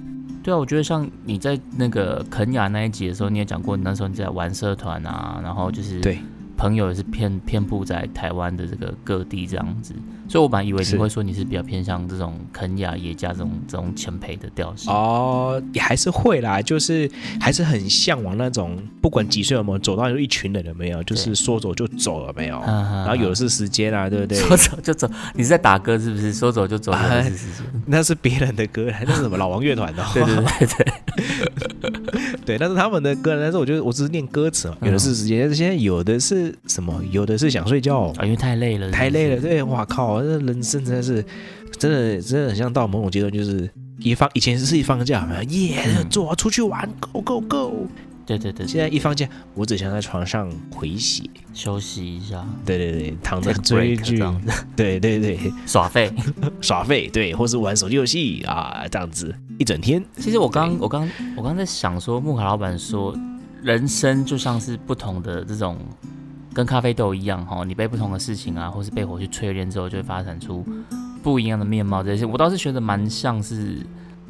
Speaker 2: 对啊，我觉得像你在那个肯雅那一集的时候，你也讲过，你那时候你在玩社团啊，然后就是
Speaker 1: 对
Speaker 2: 朋友也是遍遍布在台湾的这个各地这样子，所以我本来以为你
Speaker 1: 是
Speaker 2: 会说你是比较偏向这种肯雅、耶加这种这种前辈的调 性。
Speaker 1: 哦，也还是会啦，就是还是很向往那种，不管几岁有没有走到有一群人有没有，就是
Speaker 2: 对
Speaker 1: 说走就走了没有，
Speaker 2: 然
Speaker 1: 然后有的是时间啊，对不对？
Speaker 2: 说走就走，你是在打歌是不是？说走就走，
Speaker 1: 哎
Speaker 2: 是是是是，
Speaker 1: 那是别人的歌，那是什么老王乐团的、哦
Speaker 2: 对对对对 对，
Speaker 1: 对，那是他们的歌，但是我就我只是念歌词嘛，
Speaker 2: 嗯
Speaker 1: 有的是时间，但是现在有的是什么？有的是想睡觉、
Speaker 2: 啊，因为太累了，
Speaker 1: 太累
Speaker 2: 是
Speaker 1: 了，
Speaker 2: 不是。
Speaker 1: 对，哇靠，这人生真的是，真的真的很像到某种阶段，就是一放以前是一放假，耶、
Speaker 2: 嗯
Speaker 1: 做啊出去玩，go go go，
Speaker 2: 对对对，
Speaker 1: 现在一放假，我只想在床上回血。
Speaker 2: 休息一下，
Speaker 1: 对对对，躺着
Speaker 2: take a
Speaker 1: 追
Speaker 2: break
Speaker 1: 剧
Speaker 2: 这，样子
Speaker 1: 对对对，
Speaker 2: 耍废。
Speaker 1: 耍废，对，或是玩手机游戏啊，这样子一整天。
Speaker 2: 其实我
Speaker 1: 嗯
Speaker 2: 刚我刚我刚在想说，木卡老板说，人生就像是不同的这种，跟咖啡豆一样哈，你被不同的事情啊，或是被火去淬炼之后，就会发展出不一样的面貌。这些我倒是觉得蛮像是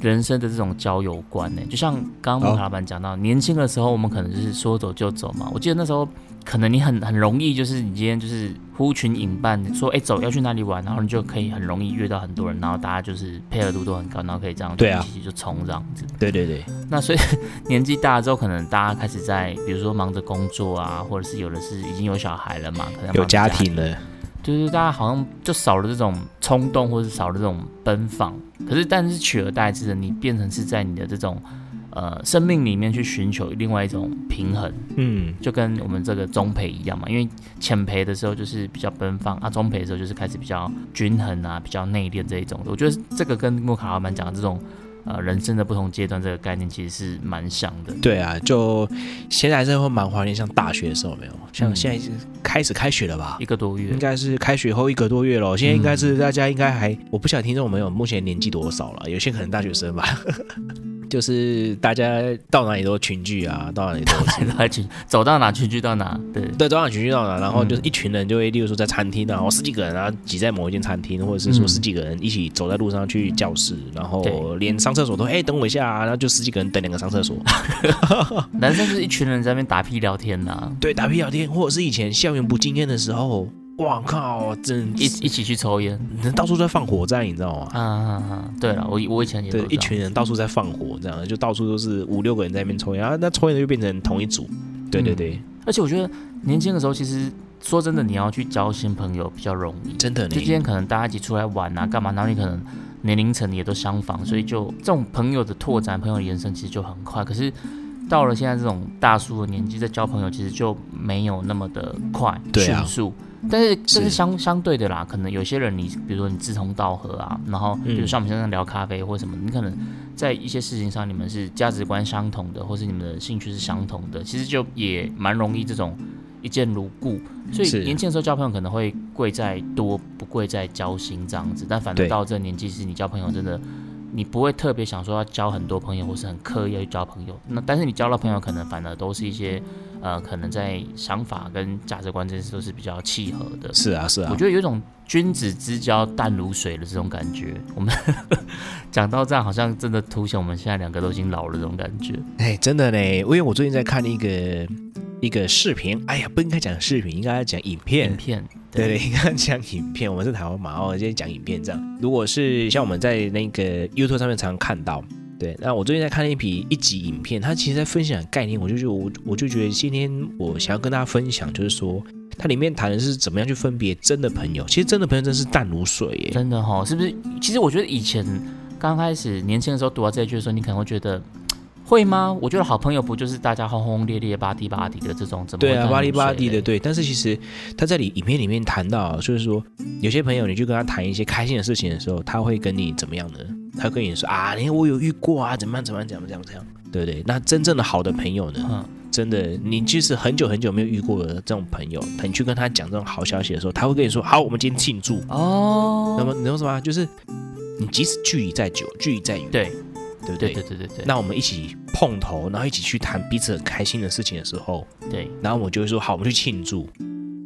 Speaker 2: 人生的这种交友观呢、欸就像刚刚木卡老板讲到，年轻的时候我们可能就是说走就走嘛。我记得那时候可能你很很容易，就是你今天就是呼群引伴，说哎、走要去哪里玩，然后你就可以很容易遇到很多人，然后大家就是配合度都很高，然后可以这样就
Speaker 1: 对啊
Speaker 2: 一起就冲这样子。
Speaker 1: 对对对，
Speaker 2: 那所以 年纪大了之后，可能大家开始在比如说忙着工作啊，或者是有的是已经有小孩了嘛，可能忙着
Speaker 1: 有家
Speaker 2: 庭，
Speaker 1: 庭了，
Speaker 2: 对对，大家好像就少了这种冲动，或者是少了这种奔放。可是，但是取而代之的，你变成是在你的这种呃生命里面去寻求另外一种平衡。
Speaker 1: 嗯，
Speaker 2: 就跟我们这个中培一样嘛，因为浅培的时候就是比较奔放啊，中培的时候就是开始比较均衡啊，比较内敛这一种的。我觉得这个跟莫卡老板讲的这种呃人生的不同阶段这个概念其实是蛮像的。
Speaker 1: 对啊，就现在还是会蛮怀念像大学的时候有没有，像
Speaker 2: 嗯
Speaker 1: 现在是开始开学了吧
Speaker 2: 一。个嗯多月
Speaker 1: 应，该是开学后一个多月了，现在应该是大家应该还，我不晓得听众朋友目前年纪多少了，有些可能大学生吧， 就是大家到哪里都群聚啊，到哪里都
Speaker 2: 而且走到哪群聚到哪，对，
Speaker 1: 对，走上群聚到
Speaker 2: 嗯
Speaker 1: 哪，然后就是一群人就会，例如说在餐厅啊，然后十几个人啊挤在某一间餐厅，或者是说
Speaker 2: 嗯
Speaker 1: 十几个人一起走在路上去教室，然后
Speaker 2: 对
Speaker 1: 连上厕所都哎、等我一下、啊，然后就十几个人等两个上厕 所，
Speaker 2: 男生就是一群人在那边打屁聊天呐、
Speaker 1: 对，打屁聊天，或者是以前校园不经验的时候，哇靠，真
Speaker 2: 一一起去抽烟
Speaker 1: 到处在放火灾，你知道吗？
Speaker 2: 啊啊！啊对了，我我以前也都
Speaker 1: 对，一
Speaker 2: 这样
Speaker 1: 群人到处在啊放火，这样就到处都是五六个人在那边抽烟，然后那抽烟的就变成同一组，对对
Speaker 2: 嗯
Speaker 1: 对，
Speaker 2: 而且我觉得年轻的时候，其实说真的，你要去交新朋友比较容易。
Speaker 1: 真的
Speaker 2: 就今
Speaker 1: 呢，
Speaker 2: 天可能大家一起出来玩
Speaker 1: 嗯
Speaker 2: 啊，干嘛？然后你可能年龄层也都相仿，所以就这种朋友的拓展、朋友的延伸，其实就很快。可是到了现在这种大叔的年纪，在交朋友其实就没有那么的快、
Speaker 1: 对
Speaker 2: 迅
Speaker 1: 啊
Speaker 2: 速。但是这
Speaker 1: 是
Speaker 2: 是相相对的啦，可能有些人你比如说你志同道合啊，然后比如
Speaker 1: 嗯
Speaker 2: 像我们现在聊咖啡或什么，你可能在一些事情上你们是价值观相同的，或是你们的兴趣是相同的，其实就也蛮容易这种一见如故。所以
Speaker 1: 是
Speaker 2: 年轻的时候交朋友可能会贵在多，不贵在交心这样子。但反正
Speaker 1: 对
Speaker 2: 到这个年纪，是你交朋友真的，你不会特别想说要交很多朋友，或是很刻意要去交朋友。那但是你交到朋友，可能反而都是一些呃，可能在想法跟价值观这些都是比较契合的。
Speaker 1: 是啊是啊
Speaker 2: 我，觉得有一种君子之交淡如水的这种感觉。我们 讲到这样，好像真的凸显我们现在两个都已经老了这种感觉。
Speaker 1: 哎，真的呢，因为我最近在看一个一个视频，哎呀，不应该讲视频，应该讲影片，
Speaker 2: 影片
Speaker 1: 对对，应该讲影片。我们是台湾嘛，哦，今天讲影片这样。如果是像我们在那个 YouTube 上面常常看到，对。那我最近在看一批一集影片，它其实在分享概念，我就觉得我我就觉得今天我想要跟大家分享，就是说它里面谈的是怎么样去分别真的朋友。其实真的朋友真是淡如水耶，
Speaker 2: 真的哈、是不是？其实我觉得以前刚开始年轻的时候读到这一句的时候，你可能会觉得。嘖会吗？我觉得好朋友不就是大家轰轰烈烈、吧唧吧唧的这种，怎么
Speaker 1: 对啊，
Speaker 2: 会
Speaker 1: 巴
Speaker 2: 淡
Speaker 1: 黎
Speaker 2: 如
Speaker 1: 巴
Speaker 2: 水
Speaker 1: 黎的，
Speaker 2: 嘞
Speaker 1: 对。但是其实他在里影片里面谈到，就是说有些朋友，你去跟他谈一些开心的事情的时候，他会跟你怎么样呢？他会跟你说啊，你看我有遇过啊，怎么样怎么样怎么样怎么样，对不对？那真正的好的朋友呢，
Speaker 2: 嗯，
Speaker 1: 真的你即使很久很久没有遇过的这种朋友，你去跟他讲这种好消息的时候，他会跟你说好，我们今天庆祝。
Speaker 2: 哦，
Speaker 1: 那么你知道什么？就是你即使距离再久，距离再远，
Speaker 2: 对
Speaker 1: 对不
Speaker 2: 对对对对对，
Speaker 1: 那我们一起碰头，然后一起去谈彼此很开心的事情的时候，
Speaker 2: 对
Speaker 1: 然后我就会说好，我们去庆祝，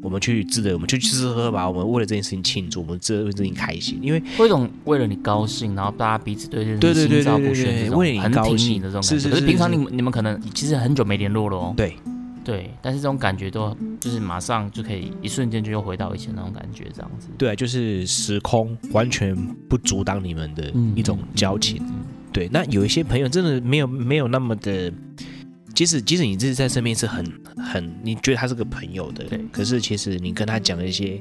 Speaker 1: 我们去吃的，我们去吃吃喝喝吧，我们为了这件事情庆祝，我们这为这件事情开心，因为
Speaker 2: 会有一种为了你高兴，然后大家彼此对这
Speaker 1: 对
Speaker 2: 件事
Speaker 1: 对对
Speaker 2: 心照
Speaker 1: 对对
Speaker 2: 不宣
Speaker 1: 对
Speaker 2: 这种，
Speaker 1: 为了你
Speaker 2: 很
Speaker 1: 高
Speaker 2: 挺
Speaker 1: 兴
Speaker 2: 你的这种感
Speaker 1: 是
Speaker 2: 觉。
Speaker 1: 是
Speaker 2: 可
Speaker 1: 是
Speaker 2: 是平常
Speaker 1: 是
Speaker 2: 你们你们可能其实很久没联络了哦，
Speaker 1: 对
Speaker 2: 对，但是这种感觉都就是马上就可以一瞬间就又回到以前那种感觉，这样子。
Speaker 1: 对啊，就是时空完全不阻挡你们的
Speaker 2: 嗯
Speaker 1: 一种交情。
Speaker 2: 嗯嗯
Speaker 1: 对，那有一些朋友真的没有没有那么的，即使即使你自己在身边是很很，你觉得他是个朋友的
Speaker 2: 对，
Speaker 1: 可是其实你跟他讲一些。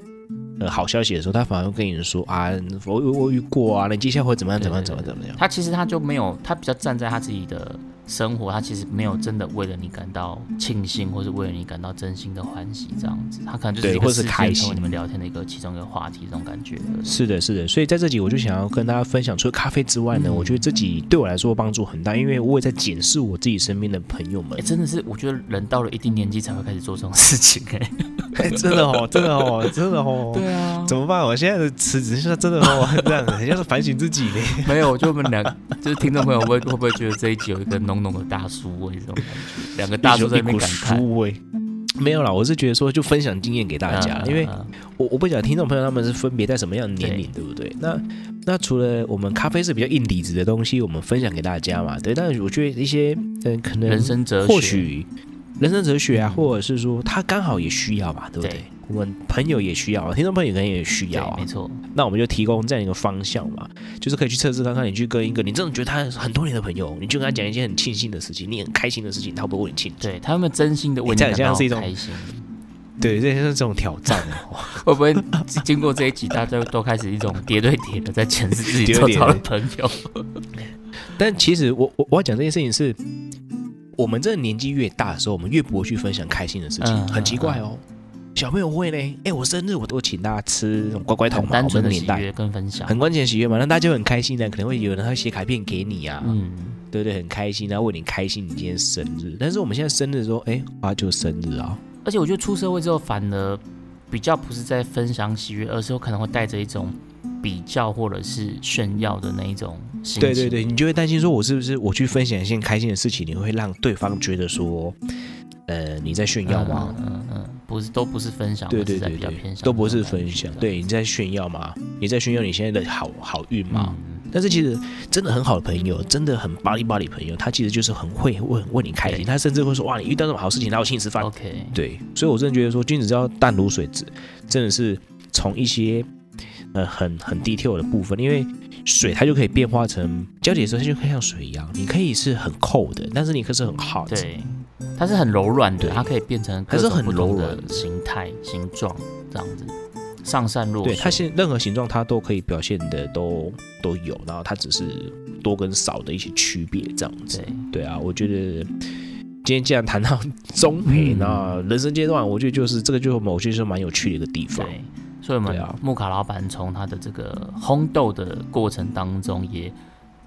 Speaker 1: 呃，好消息的时候，他反而会跟你说啊，我我我遇过啊，你接下来会怎么样怎么样怎么样怎么样？
Speaker 2: 他其实他就没有，他比较站在他自己的生活，他其实没有真的为了你感到庆幸，或是为了你感到真心的欢喜这样子。他可能就
Speaker 1: 对
Speaker 2: 是一
Speaker 1: 或
Speaker 2: 个
Speaker 1: 是
Speaker 2: 事件
Speaker 1: 开心
Speaker 2: 成为你们聊天的一个其中一个话题，这种感觉。
Speaker 1: 是的，是的，所以在这里我就想要跟大家分享，除了咖啡之外呢，
Speaker 2: 嗯
Speaker 1: 我觉得自己对我来说帮助很大，因为我也在检视我自己身边的朋友们
Speaker 2: 哎、。真的是，我觉得人到了一定年纪才会开始做这种事情、哎，
Speaker 1: 哎，真的哦，真的哦，真的哦
Speaker 2: 对啊，
Speaker 1: 怎么办？我现在的词只剩下真的哦， 这样很像是反省自己 呢。
Speaker 2: 没有，就我们两个，就是听众朋友会会不会觉得这一集有一个浓浓的大叔味这种感觉？两个大叔在
Speaker 1: 一
Speaker 2: 那边
Speaker 1: 股
Speaker 2: 感慨，
Speaker 1: 书味。没有啦，我是觉得说就分享经验给大家，
Speaker 2: 嗯
Speaker 1: 因为
Speaker 2: 嗯
Speaker 1: 我我不晓得听众朋友他们是分别在什么样的年龄，对不对？那那除了我们咖啡是比较硬底子的东西，我们分享给大家嘛，对。但是我觉得一些嗯，可能
Speaker 2: 人生哲学，
Speaker 1: 或许人生哲学啊，
Speaker 2: 嗯
Speaker 1: 或者是说他刚好也需要吧，对不对？
Speaker 2: 对
Speaker 1: 我们朋友也需要，啊听众朋友可能也需
Speaker 2: 对
Speaker 1: 要，啊
Speaker 2: 没。错，
Speaker 1: 那我们就提供这样一个方向嘛，就是可以去测试看看，你去跟一个你真的觉得他很多年的朋友，你去跟他讲一件很庆幸的事情，你很开心的事情，他会不会为你庆祝？
Speaker 2: 对他们真心的为
Speaker 1: 哎
Speaker 2: 你
Speaker 1: 这样
Speaker 2: 感
Speaker 1: 像
Speaker 2: 到
Speaker 1: 是一种
Speaker 2: 开心。
Speaker 1: 对，这就是这种挑战 哦。
Speaker 2: 会不会经经过这一集，大家都开始一种叠对叠的在诠释自 己周遭的朋友？
Speaker 1: 但其实我我我要讲这件事情是，我们这个年纪越大的时候，我们越不会去分享开心的事情，
Speaker 2: 嗯
Speaker 1: 很奇怪哦。小朋友会呢，哎，我生日我都请大家吃那种乖乖桶
Speaker 2: 很
Speaker 1: 嘛，
Speaker 2: 单
Speaker 1: 哎我们
Speaker 2: 纯
Speaker 1: 那个
Speaker 2: 的喜
Speaker 1: 年代。
Speaker 2: 悦跟分享。
Speaker 1: 很关键的喜悦嘛，那大家就很开心啊的，可能会有人会写卡片给你啊，
Speaker 2: 嗯，
Speaker 1: 对不对？很开心，然后为你开心，你今天生日。但是我们现在生日的时候，哎，啊就生日啊，
Speaker 2: 而且我觉得出社会之后，反而比较不是在分享喜悦，而是有可能会带着一种比较或者是炫耀的那一种心情。
Speaker 1: 对对对，你就会担心说，我是不是我去分享一件开心的事情，你会让对方觉得说，呃，你在炫
Speaker 2: 嗯，
Speaker 1: 耀吗？
Speaker 2: 嗯嗯嗯，不是，都不是分享，
Speaker 1: 对
Speaker 2: 而
Speaker 1: 对
Speaker 2: 是在
Speaker 1: 对
Speaker 2: 比较
Speaker 1: 对
Speaker 2: 偏，向
Speaker 1: 都不
Speaker 2: 这
Speaker 1: 是
Speaker 2: 种感
Speaker 1: 分
Speaker 2: 觉
Speaker 1: 享，
Speaker 2: 这样
Speaker 1: 对你在炫耀吗？你在炫耀你现在的好好运吗？
Speaker 2: 嗯，
Speaker 1: 但是其实真的很好的朋友，真的很巴里巴里朋友，他其实就是很会为为你开心，
Speaker 2: 对
Speaker 1: 他甚至会说哇，你遇到这种好事情，然后请你吃饭，
Speaker 2: OK，
Speaker 1: 对，所以我真的觉得说，君子之交淡如水之，真的是从一些呃很很 detail 的部分，因为水它就可以变化成胶体的时候，它就可以像水一样，你可以是很扣的，但是你可是很 hot，
Speaker 2: 对，它是很柔软的，
Speaker 1: 对
Speaker 2: 它可以变成
Speaker 1: 它
Speaker 2: 各
Speaker 1: 是
Speaker 2: 种
Speaker 1: 很
Speaker 2: 不同
Speaker 1: 柔软
Speaker 2: 的形态、形状这样子，上善若
Speaker 1: 对，它
Speaker 2: 水。
Speaker 1: 现任何形状它都可以表现的都都有，然后它只是多跟少的一些区别这样子。
Speaker 2: 对，
Speaker 1: 对啊，我觉得今天既然谈到 中培，
Speaker 2: 嗯
Speaker 1: 那人生阶段，我觉得就是这个就是某些是蛮有趣的一个地方。
Speaker 2: 对，所以我
Speaker 1: 对
Speaker 2: 们
Speaker 1: 啊
Speaker 2: 木卡老板从他的这个烘豆的过程当中，也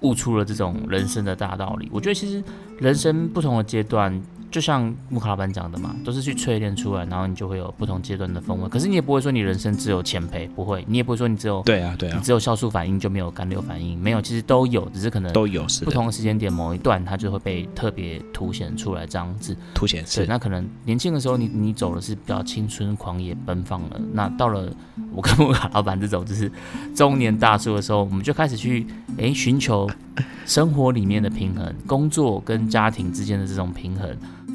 Speaker 2: 悟出了这种人生的大道理。我觉得其实人生不同的阶段，就像木卡老板讲的嘛，都是去淬炼出来，然后你就会有不同阶段的风味。可是你也不会说你人生只有前培，不会，你也不会说你只有
Speaker 1: 对啊，对
Speaker 2: 你
Speaker 1: 啊，
Speaker 2: 只有酵素反应就没有甘六反应，没有，其实都有，只是可能
Speaker 1: 都有是的，
Speaker 2: 不同的时间点某一段它就会被特别凸显出来这样子。
Speaker 1: 凸显
Speaker 2: 对，
Speaker 1: 是
Speaker 2: 那可能年轻的时候你你走的是比较青春狂野奔放了，那到了我跟我老板这种就是中年大叔的时候，我们就开始去诶寻求生活里面的平衡，工作跟家庭之间的这种平衡，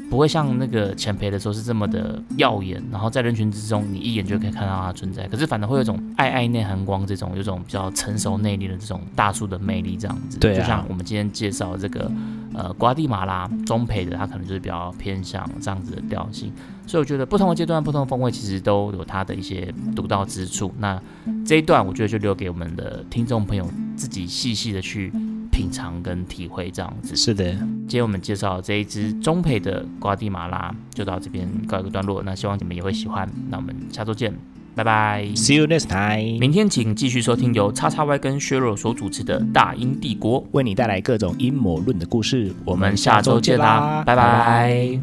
Speaker 2: 不会像那个前培的时候是这么的耀眼，然后在人群之中你一眼就可以看到它的存在，可是反而会有一种爱爱内涵光这种有一种比较成熟内敛的这种大叔的魅力这样子，
Speaker 1: 对啊
Speaker 2: 就像我们今天介绍的这个。呃瓜地马拉中培的，它可能就是比较偏向这样子的调性。所以我觉得不同的阶段、不同的风味，其实都有它的一些独到之处。那这一段我觉得就留给我们的听众朋友自己细细的去品尝跟体会这样子。
Speaker 1: 是的，
Speaker 2: 今天我们介绍这一支中培的瓜地马拉，就到这边告一个段落。那希望你们也会喜欢。那我们下周见，拜拜。
Speaker 1: See you next time，
Speaker 2: 明天请继续收听由叉叉 Y 跟削弱所主持的《大英帝国》。
Speaker 1: 为你带来各种阴谋论的故事。
Speaker 2: 我们下周见啦，拜拜